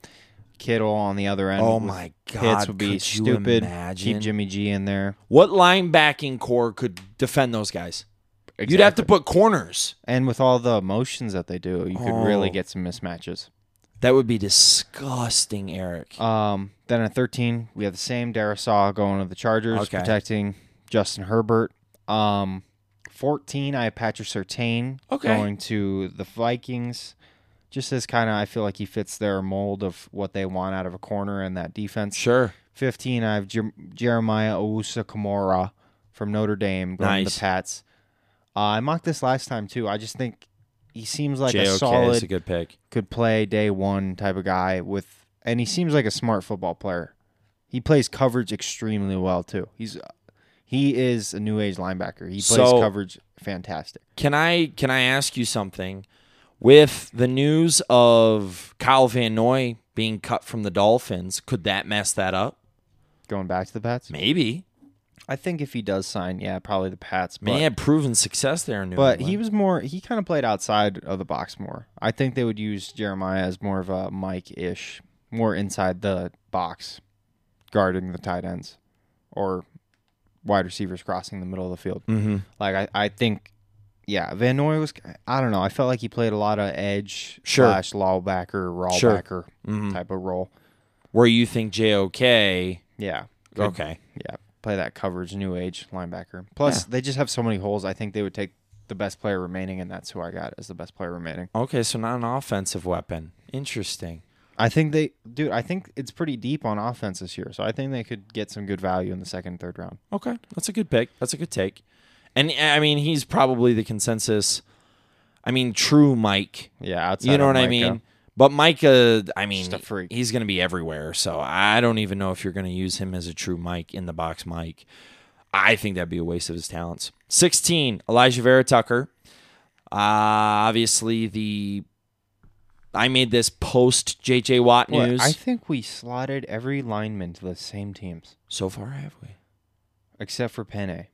Kittle on the other end.
Oh
with
my God.
Pitts would be
could you
stupid.
imagine?
Keep Jimmy G in there.
What linebacking core could defend those guys? You'd have to put corners.
And with all the motions that they do, you could really
Oh.
get some mismatches.
That would be disgusting, Eric.
Um, then at 13, we have the same Darasaw going to the Chargers,
Okay.
protecting Justin Herbert. Um, 14, I have Patrick Sertain
Okay.
going to the Vikings. Just as kind of, I feel like he fits their mold of what they want out of a corner and that defense.
sure.
15, I have Jer- Jeremiah Owusa Kamara from Notre Dame going to
Nice.
the Pats. Uh, I mocked this last time too. I just think he seems like a
JOK
solid,
is a good pick.
could play day one type of guy with, and he seems like a smart football player. He plays coverage extremely well too. He's uh, he is a new age linebacker. He plays
So-
coverage fantastic.
Can I can I ask you something? With the news of Kyle Van Noy being cut from the Dolphins, could that mess that up?
Going back to the Pats,
Maybe.
I think if he does sign, yeah, probably the Pats.
Man,
But,
he had proven success there in New
but he
England.
was more. He kind of played outside of the box more. I think they would use Jeremiah as more of a Mike ish, more inside the box, guarding the tight ends, or wide receivers crossing the middle of the field.
Mhm.
Like I, I think, yeah, Van Noy was. I don't know. I felt like he played a lot of edge
Sure.
slash lawbacker, rawbacker
Sure. Mm.
type of role.
Mm-hmm. Where you think JOK.
Yeah,
Okay.
yeah, play that coverage, new age linebacker. Plus, they just have so many holes. I think they would take the best player remaining, and that's who I got as the best player remaining.
Okay, so not an offensive weapon. Interesting.
I think they, dude. I think it's pretty deep on offense this year, so I think they could get some good value in the second, and third round.
Okay, that's a good pick. That's a good take. And I mean, he's probably the consensus. I mean, true Mike.
Yeah, outside.
You know
of
what I
Micah.
mean? But Micah, I mean,
Just a freak.
he's going to be everywhere. So I don't even know if you're going to use him as a true Mike in the box Mike. I think that'd be a waste of his talents. 16, Elijah Vera Tucker. Uh, obviously, the. I made this post JJ Watt
What,
news.
I think we slotted every lineman to the same teams
so far, have we?
except for Penne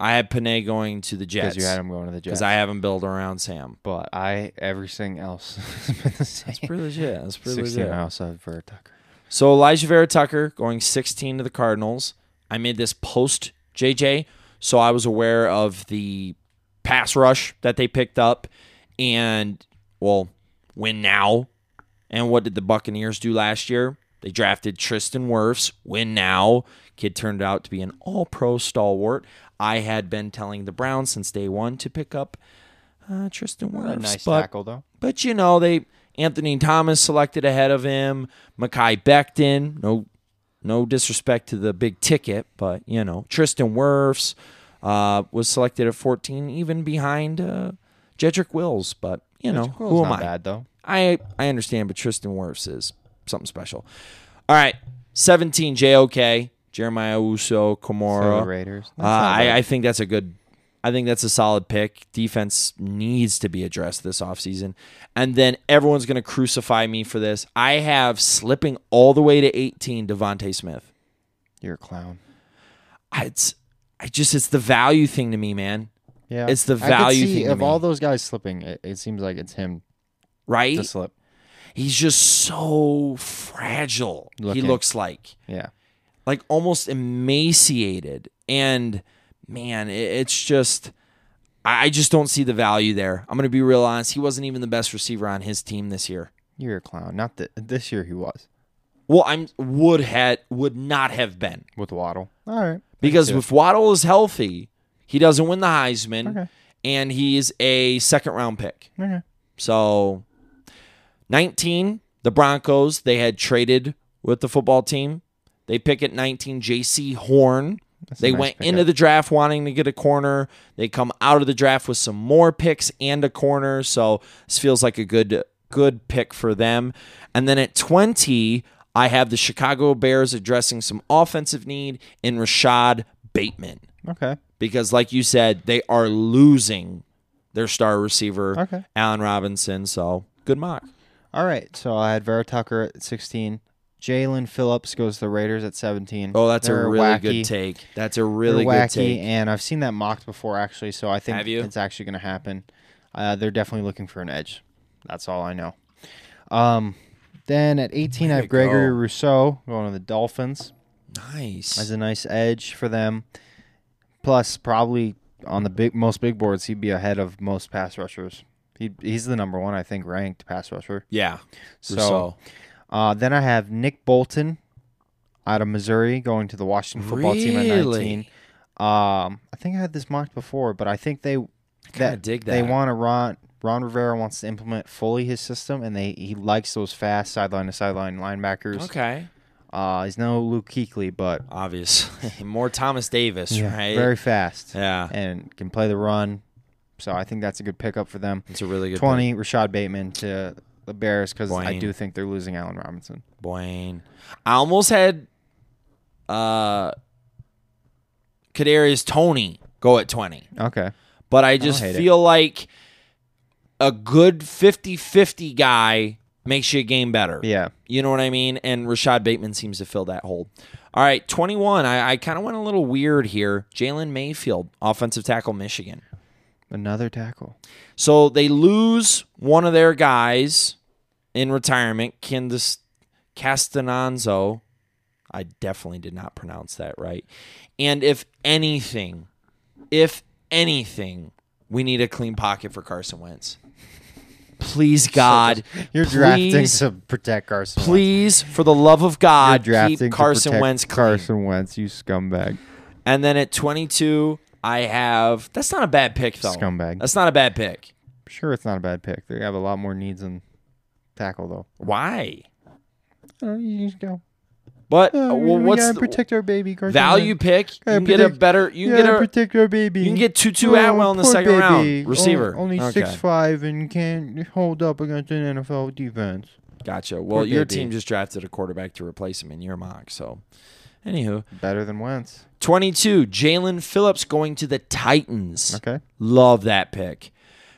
I had Panay going to the
because
Jets.
you had him going to the Jets.
Because I have him built around Sam.
But I everything else <laughs> has been the <laughs> same.
pretty legit. That's pretty
Sixteen
legit.
house of Vera Tucker.
So Elijah Vera Tucker going 16 to the Cardinals. I made this post JJ, so I was aware of the pass rush that they picked up, and well, win now. And what did the Buccaneers do last year? They drafted Tristan Wirfs. Win now. Kid turned out to be an All Pro stalwart. I had been telling the Browns since day one to pick up uh, Tristan Wirfs,
nice
but
tackle though.
but you know, they Anthony Thomas selected ahead of him, Makai Becton. No, no disrespect to the big ticket, but you know, Tristan Wirfs uh, was selected at 14, even behind uh, Jedrick Wills. But you know, who
Cole's
am
not
I?
bad though.
I I understand, but Tristan Wirfs is something special. All right, 17 JOK Jeremiah Uso
So
Kamara.
the Raiders.
Uh, I, I think that's a good. I think that's a solid pick. Defense needs to be addressed this offseason. And then everyone's going to crucify me for this. I have slipping all the way to 18 Devontae Smith.
You're a clown.
I, it's I just it's the value thing to me, man.
Yeah,
It's the
I could
value
see
thing to
of all
me.
those guys slipping, it, it seems like it's him
Right?
to slip.
He's just so fragile.
Looking.
He looks like
Yeah,
like almost emaciated. And man, it, it's just I I just don't see the value there. I'm gonna be real honest. He wasn't even the best receiver on his team this year.
you're a clown. Not that this year he was.
Well, I'm would had would not have been
with Waddle. All right.
because if Waddle is healthy, he doesn't win the Heisman,
Okay.
and he's a second round pick.
Okay.
So, 19, the Broncos, they had traded with the football team. They pick at 19, J.C. Horn.
a
they
nice
went
pickup.
into the draft wanting to get a corner. They come out of the draft with some more picks and a corner. So, this feels like a good good pick for them. And then at 20, I have the Chicago Bears addressing some offensive need in Rashad Bateman.
Okay.
Because, like you said, they are losing their star receiver.
Okay.
Allen Robinson. So good mock.
All right. So I had Vera Tucker at 16. Jalen Phillips goes to the Raiders at 17.
Oh, that's
They're
a really
wacky.
good take. That's a
They're
really good
wacky,
take.
and I've seen that mocked before actually. So I think
Have you?
it's actually going to happen. Uh, they're definitely looking for an edge. That's all I know. Um, then at 18, I have
to
Gregory
go.
Rousseau going to the Dolphins. That's
Nice.
a nice edge for them. Plus, probably on the big most big boards, he'd be ahead of most pass rushers. He, he's the number one, I think, ranked pass rusher.
Yeah.
So,
Rousseau.
Uh, then I have Nick Bolton out of Missouri going to the Washington football team at 19.
Really?
Um, I think I had this mocked before, but I think they
kinda dig
they
that.
want to Ron Ron Rivera wants to implement fully his system, and they he likes those fast sideline to sideline linebackers.
Okay.
Uh, he's no Luke Kuechly, but
Obvious. <laughs> More Thomas Davis, right?
very fast.
yeah.
and can play the run. So I think that's a good pickup for them.
It's a really good pick.
Twenty Rashad Bateman to the Bears because I
Blaine.
do think they're losing Allen Robinson.
Blaine. I almost had uh Kadarius Tony go at 20.
Okay,
but I just
hate it.
feel like a good 50-50 guy makes your game better.
yeah.
You know what I mean? And Rashad Bateman seems to fill that hole. All right, 21. I, I kind of went a little weird here. Jalen Mayfield, offensive tackle, Michigan.
Another tackle.
So they lose one of their guys in retirement, Candace Castananzo. I definitely did not pronounce that right. And if anything, if anything, we need a clean pocket for Carson Wentz.
<laughs>
Please, God,
You're drafting
please,
to protect Carson. Wentz.
please, for the love of
You're
God,
drafting to
keep Carson
protect
Wentz clean.
Carson Wentz, you scumbag.
And then at 22, I have. That's not a bad pick, though.
Scumbag.
That's not a bad pick.
Sure, it's not a bad pick. They have a lot more needs than tackle, though.
Why?
I don't know, you just go.
But
Yeah,
Uh, well,
we- we
what's
gotta
the
protect our baby. Carson
value
Wentz.
pick? You
Gotta
can get a
protect-
better. You
yeah,
can get a.
protect our baby. Oh,
You can get Tutu Atwell in the
poor
second
baby.
round,
O-
receiver.
Only
Okay.
six five and can't hold up against an NFL defense.
Gotcha. Well,
Poor
your
baby.
team just drafted a quarterback to replace him in your mock. So, anywho,
Better than Wentz.
twenty-two. Jalen Phillips going to the Titans.
Okay.
Love that pick.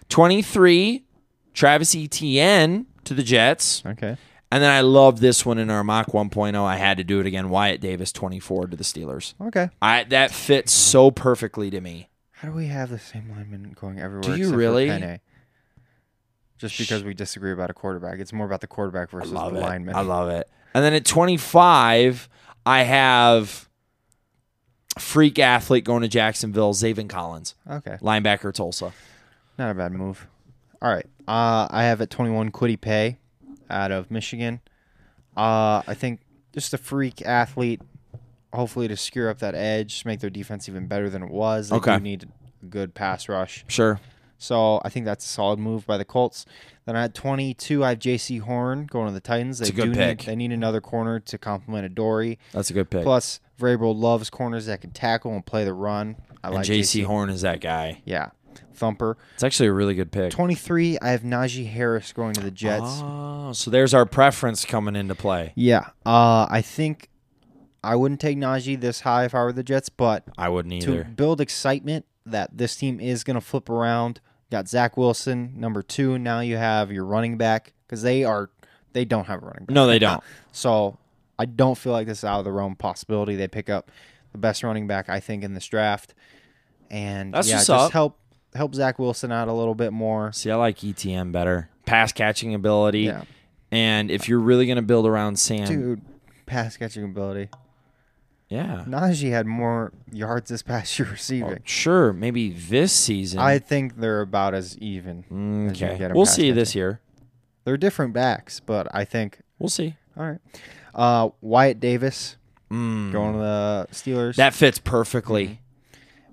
Twenty-three. Travis Etienne to the Jets.
Okay.
And then I love this one in our mock 1.0. I had to do it again. Wyatt Davis 24 to the Steelers.
Okay.
I that fits so perfectly to me.
How do we have the same lineman going everywhere?
Do you
except for
really?
Penne? Just because we disagree about a quarterback, it's more about the quarterback versus
Love
the
it.
lineman.
I love it. And then at 25, I have freak athlete going to Jacksonville, Zaven Collins,
Okay,
linebacker Tulsa.
not a bad move. All right, uh, I have at twenty-one Quiddy Pay, out of Michigan. Uh, I think just a freak athlete. Hopefully to skewer up that edge, make their defense even better than it was. They
Okay.
do need a good pass rush.
Sure.
So I think that's a solid move by the Colts. Then at 22, I have J.C. Horn going to the Titans. They
a good
do
pick.
need they need another corner to complement Adori.
That's a good pick.
Plus, Vrabel loves corners that can tackle and play the run. I
and
like
JC
J.C.
Horn is that guy.
Yeah, thumper.
It's actually a really good pick.
23, I have Najee Harris going to the Jets.
Oh, so there's our preference coming into play.
Yeah, uh, I think I wouldn't take Najee this high if I were the Jets, but
I wouldn't
to
either.
build excitement that this team is going to flip around. Got Zach Wilson, number two. Now you have your running back because they are they don't have a running back.
No, they don't.
So I don't feel like this is out of the realm of possibility. They pick up the best running back I think in this draft, and
That's
yeah,
what's
just
up.
help help Zach Wilson out a little bit more.
<laughs> See, I like ETM better. Pass catching ability.
Yeah.
And if you're really going to build around Sam,
Dude, pass catching ability.
yeah.
Najee had more yards this <laughs> past year receiving.
Sure, maybe this season. Mm,
I think they're about as even. as you
okay.
get in
We'll
pass
see
catching.
this year.
They're different backs, but I think
We'll see.
All right. Uh, Wyatt Davis going to the Steelers.
Mm, That fits
Mm-hmm.
perfectly.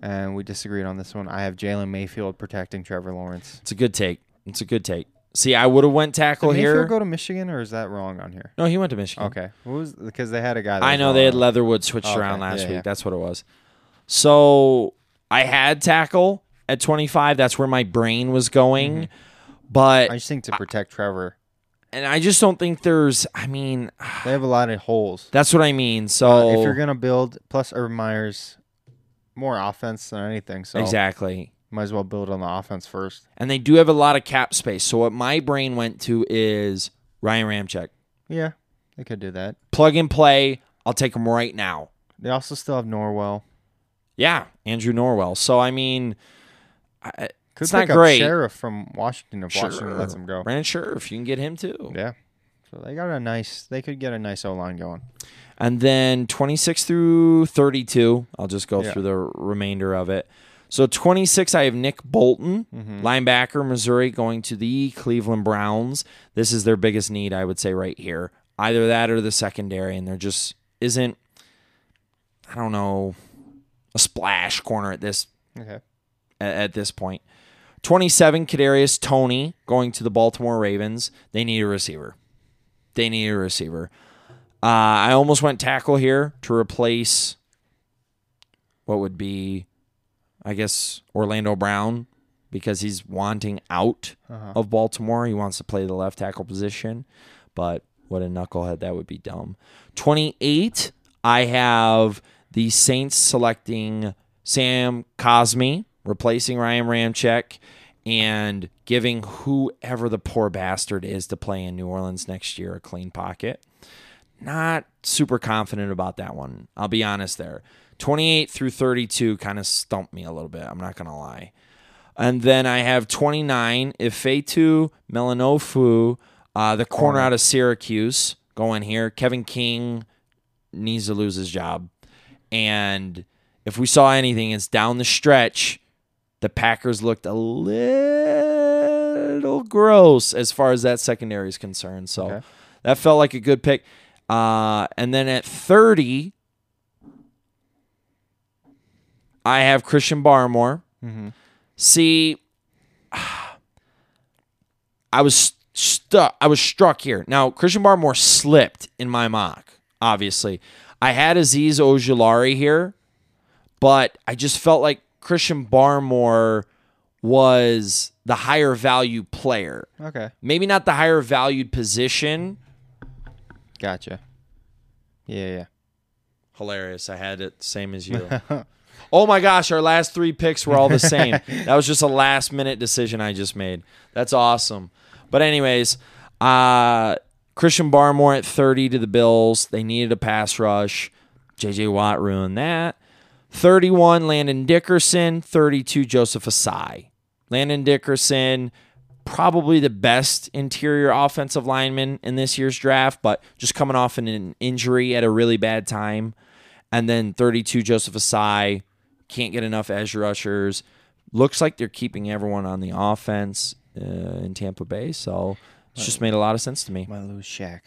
and we disagreed on this one. I have Jalen Mayfield protecting Trevor Lawrence.
It's a good take. It's a good take. See, I would have went tackle
Did
here.
Mayfield go to Michigan, or is that wrong on here?
no, he went to Michigan.
Okay. What was because they had a guy. That
I
was
know they had
wrong.
Leatherwood switched
Okay,
around last
yeah,
week.
yeah.
That's what it was. So I had tackle at 25. That's where my brain was going.
Mm-hmm.
But
I just think to protect Trevor,
and I just don't think there's. I mean, <sighs>
they have a lot of holes.
that's what I mean.
Uh,
So
if you're gonna build plus Urban Myers, more offense than anything. So
exactly.
might as well build on the offense first.
And they do have a lot of cap space. So what my brain went to is Ryan Ramchek.
Yeah, they could do that.
Plug and play. I'll take him right now.
They also still have Norwell.
Yeah, Andrew Norwell. So I mean, I,
Could
It's
pick
not
up
great.
Sheriff from Washington if Washington lets him go.
Brandon Scherf, you can get him too.
Yeah. So they got a nice. They could get a nice O line going.
And then 26 through 32, I'll just go
Yeah.
through the remainder of it. So 26, I have Nick Bolton, linebacker, Missouri, going to the Cleveland Browns. This is their biggest need, I would say, right here. Either that or the secondary, and there just isn't, I don't know, a splash corner at this
Okay.
at, at this point. 27, Kadarius Tony going to the Baltimore Ravens. They need a receiver. They need a receiver. Uh, I almost went tackle here to replace what would be, I guess, Orlando Brown because he's wanting out of Baltimore. He wants to play the left tackle position, but what a knucklehead. That would be dumb. 28, I have the Saints selecting Sam Cosme, replacing Ryan Ramchek, and giving whoever the poor bastard is to play in New Orleans next year a clean pocket not super confident about that one. I'll be honest there. 28 through 32 kind of stumped me a little bit. I'm not going to lie. And then I have 29, Ifeitu Melanofu, uh, the corner out of Syracuse, going here. Kevin King needs to lose his job. And if we saw anything, it's down the stretch. The Packers looked a little gross as far as that secondary is concerned. So
Okay.
that felt like a good pick. Uh, and then at 30, I have Christian Barmore. See, I was stuck. I was struck here. Now Christian Barmore slipped in my mock. Obviously, I had Aziz Ojulari here, but I just felt like Christian Barmore was the higher value player.
Okay.
Maybe not the higher valued position.
Gotcha. Yeah.
Hilarious. I had it same as you. oh my gosh, our last three picks were all the same. that was just a last minute decision I just made. That's awesome. But anyways, uh Christian Barmore at 30 to the Bills. They needed a pass rush. JJ Watt ruined that. 31 Landon Dickerson, 32 Joseph Asai. Landon Dickerson, probably the best interior offensive lineman in this year's draft, but just coming off an, an injury at a really bad time. And then 32 Joseph Asai, can't get enough edge rushers. Looks like they're keeping everyone on the offense uh, in Tampa Bay, so it's just made a lot of sense to me.
Might lose Shaq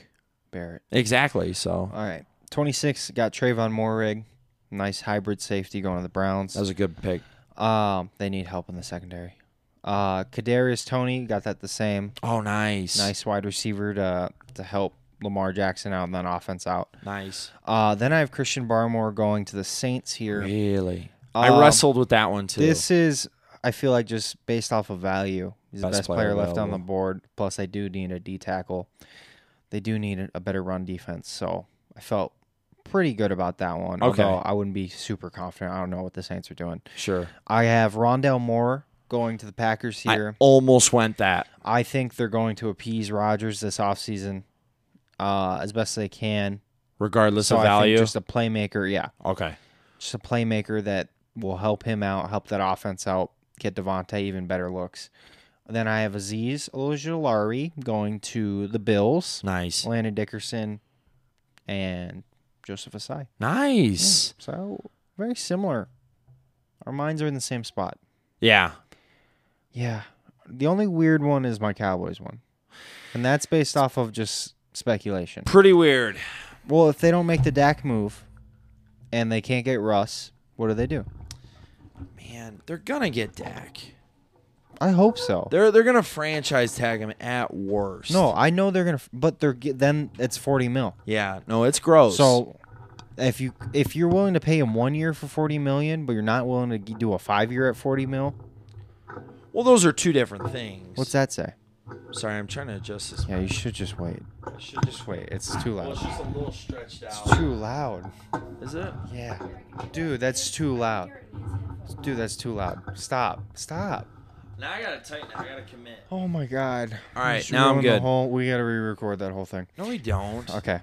Barrett.
Exactly. So
All right. 26 got Trayvon Morrig. Nice hybrid safety going to the Browns.
that was a good pick.
um, they need help in the secondary. Uh, Kadarius Tony got that the same.
Oh, nice,
Nice wide receiver to to help Lamar Jackson out and then offense out.
nice.
Uh, then I have Christian Barmore going to the Saints here.
Really, I
Um,
wrestled with that one too.
This is, I feel like, just based off of value. He's
Best
the best
player
player, left on the
available.
board. Plus, they do need a D tackle. They do need a- a better run defense. So I felt pretty good about that one.
Okay.
Although I wouldn't be super confident. I don't know what the Saints are doing.
sure,
I have Rondell Moore going to the Packers
I
here.
almost went that.
I, think they're going to appease Rodgers this offseason uh, as best they can.
regardless
So
of
I think
value.
just a playmaker. Yeah.
okay.
just a playmaker that will help him out, help that offense out, get Devontae even better looks. Then I have Aziz Ojolari going to the Bills,
Nice.
Landon Dickerson, and Joseph Asai.
Nice.
So very similar. Our minds are in the same spot.
Yeah.
Yeah. The only weird one is my Cowboys one. And that's based off of just speculation.
Pretty weird.
Well, if they don't make the Dak move, and they can't get Russ, what do they do?
Man, they're gonna get Dak.
I hope so.
They're they're gonna franchise tag him at worst.
no, I know they're gonna, f- but they're ge- then it's forty mil.
Yeah, no, it's gross.
So if you if you're willing to pay him one year for forty million, but you're not willing to g- do a five year at forty mil,
well, those are two different things.
what's that say?
Sorry, I'm trying to adjust this.
Yeah, you should just wait.
I should just
Wait, it's too
Well,
loud.
it's just a little stretched out.
It's too loud.
Is it?
Yeah, dude, that's too loud. Dude, that's too loud. Stop. Stop.
Now I gotta tighten. it. I gotta commit.
Oh my god.
All right,
Just
now I'm
ruined the
good.
Whole, we gotta re-record that whole thing.
No, we don't.
Okay.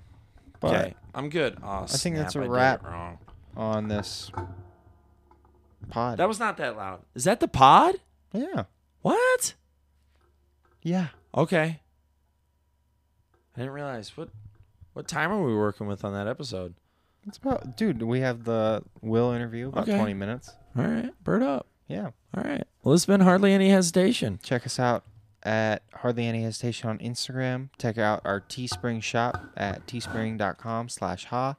But
Okay, I'm good. Aw,
I think that's
snap,
a
did
wrap.
it Wrong.
on this pod.
That was not that loud. Is that the pod?
yeah.
What?
Yeah.
Okay. I didn't realize what what time are we working with on that episode.
It's about dude, we have the Will interview about
Okay.
20 minutes.
All right, bird up.
Yeah.
All right. Well, it's been hardly any hesitation.
Check us out at Hardly Any Hesitation on Instagram. Check out our Teespring shop at teespring.com slash ha.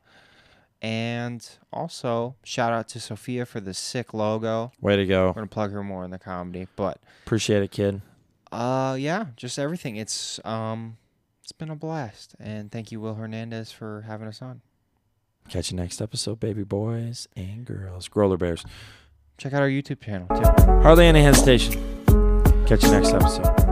And also, shout out to Sophia for the sick logo.
Way to go.
We're going to plug her more in the comedy. But
Appreciate it, kid.
uh, yeah, just everything. It's um, It's been a blast. And thank you, Will Hernandez, for having us on.
Catch you next episode, baby boys and girls, growler bears.
Check out our YouTube channel, too.
Hardly any hesitation. Catch you next episode.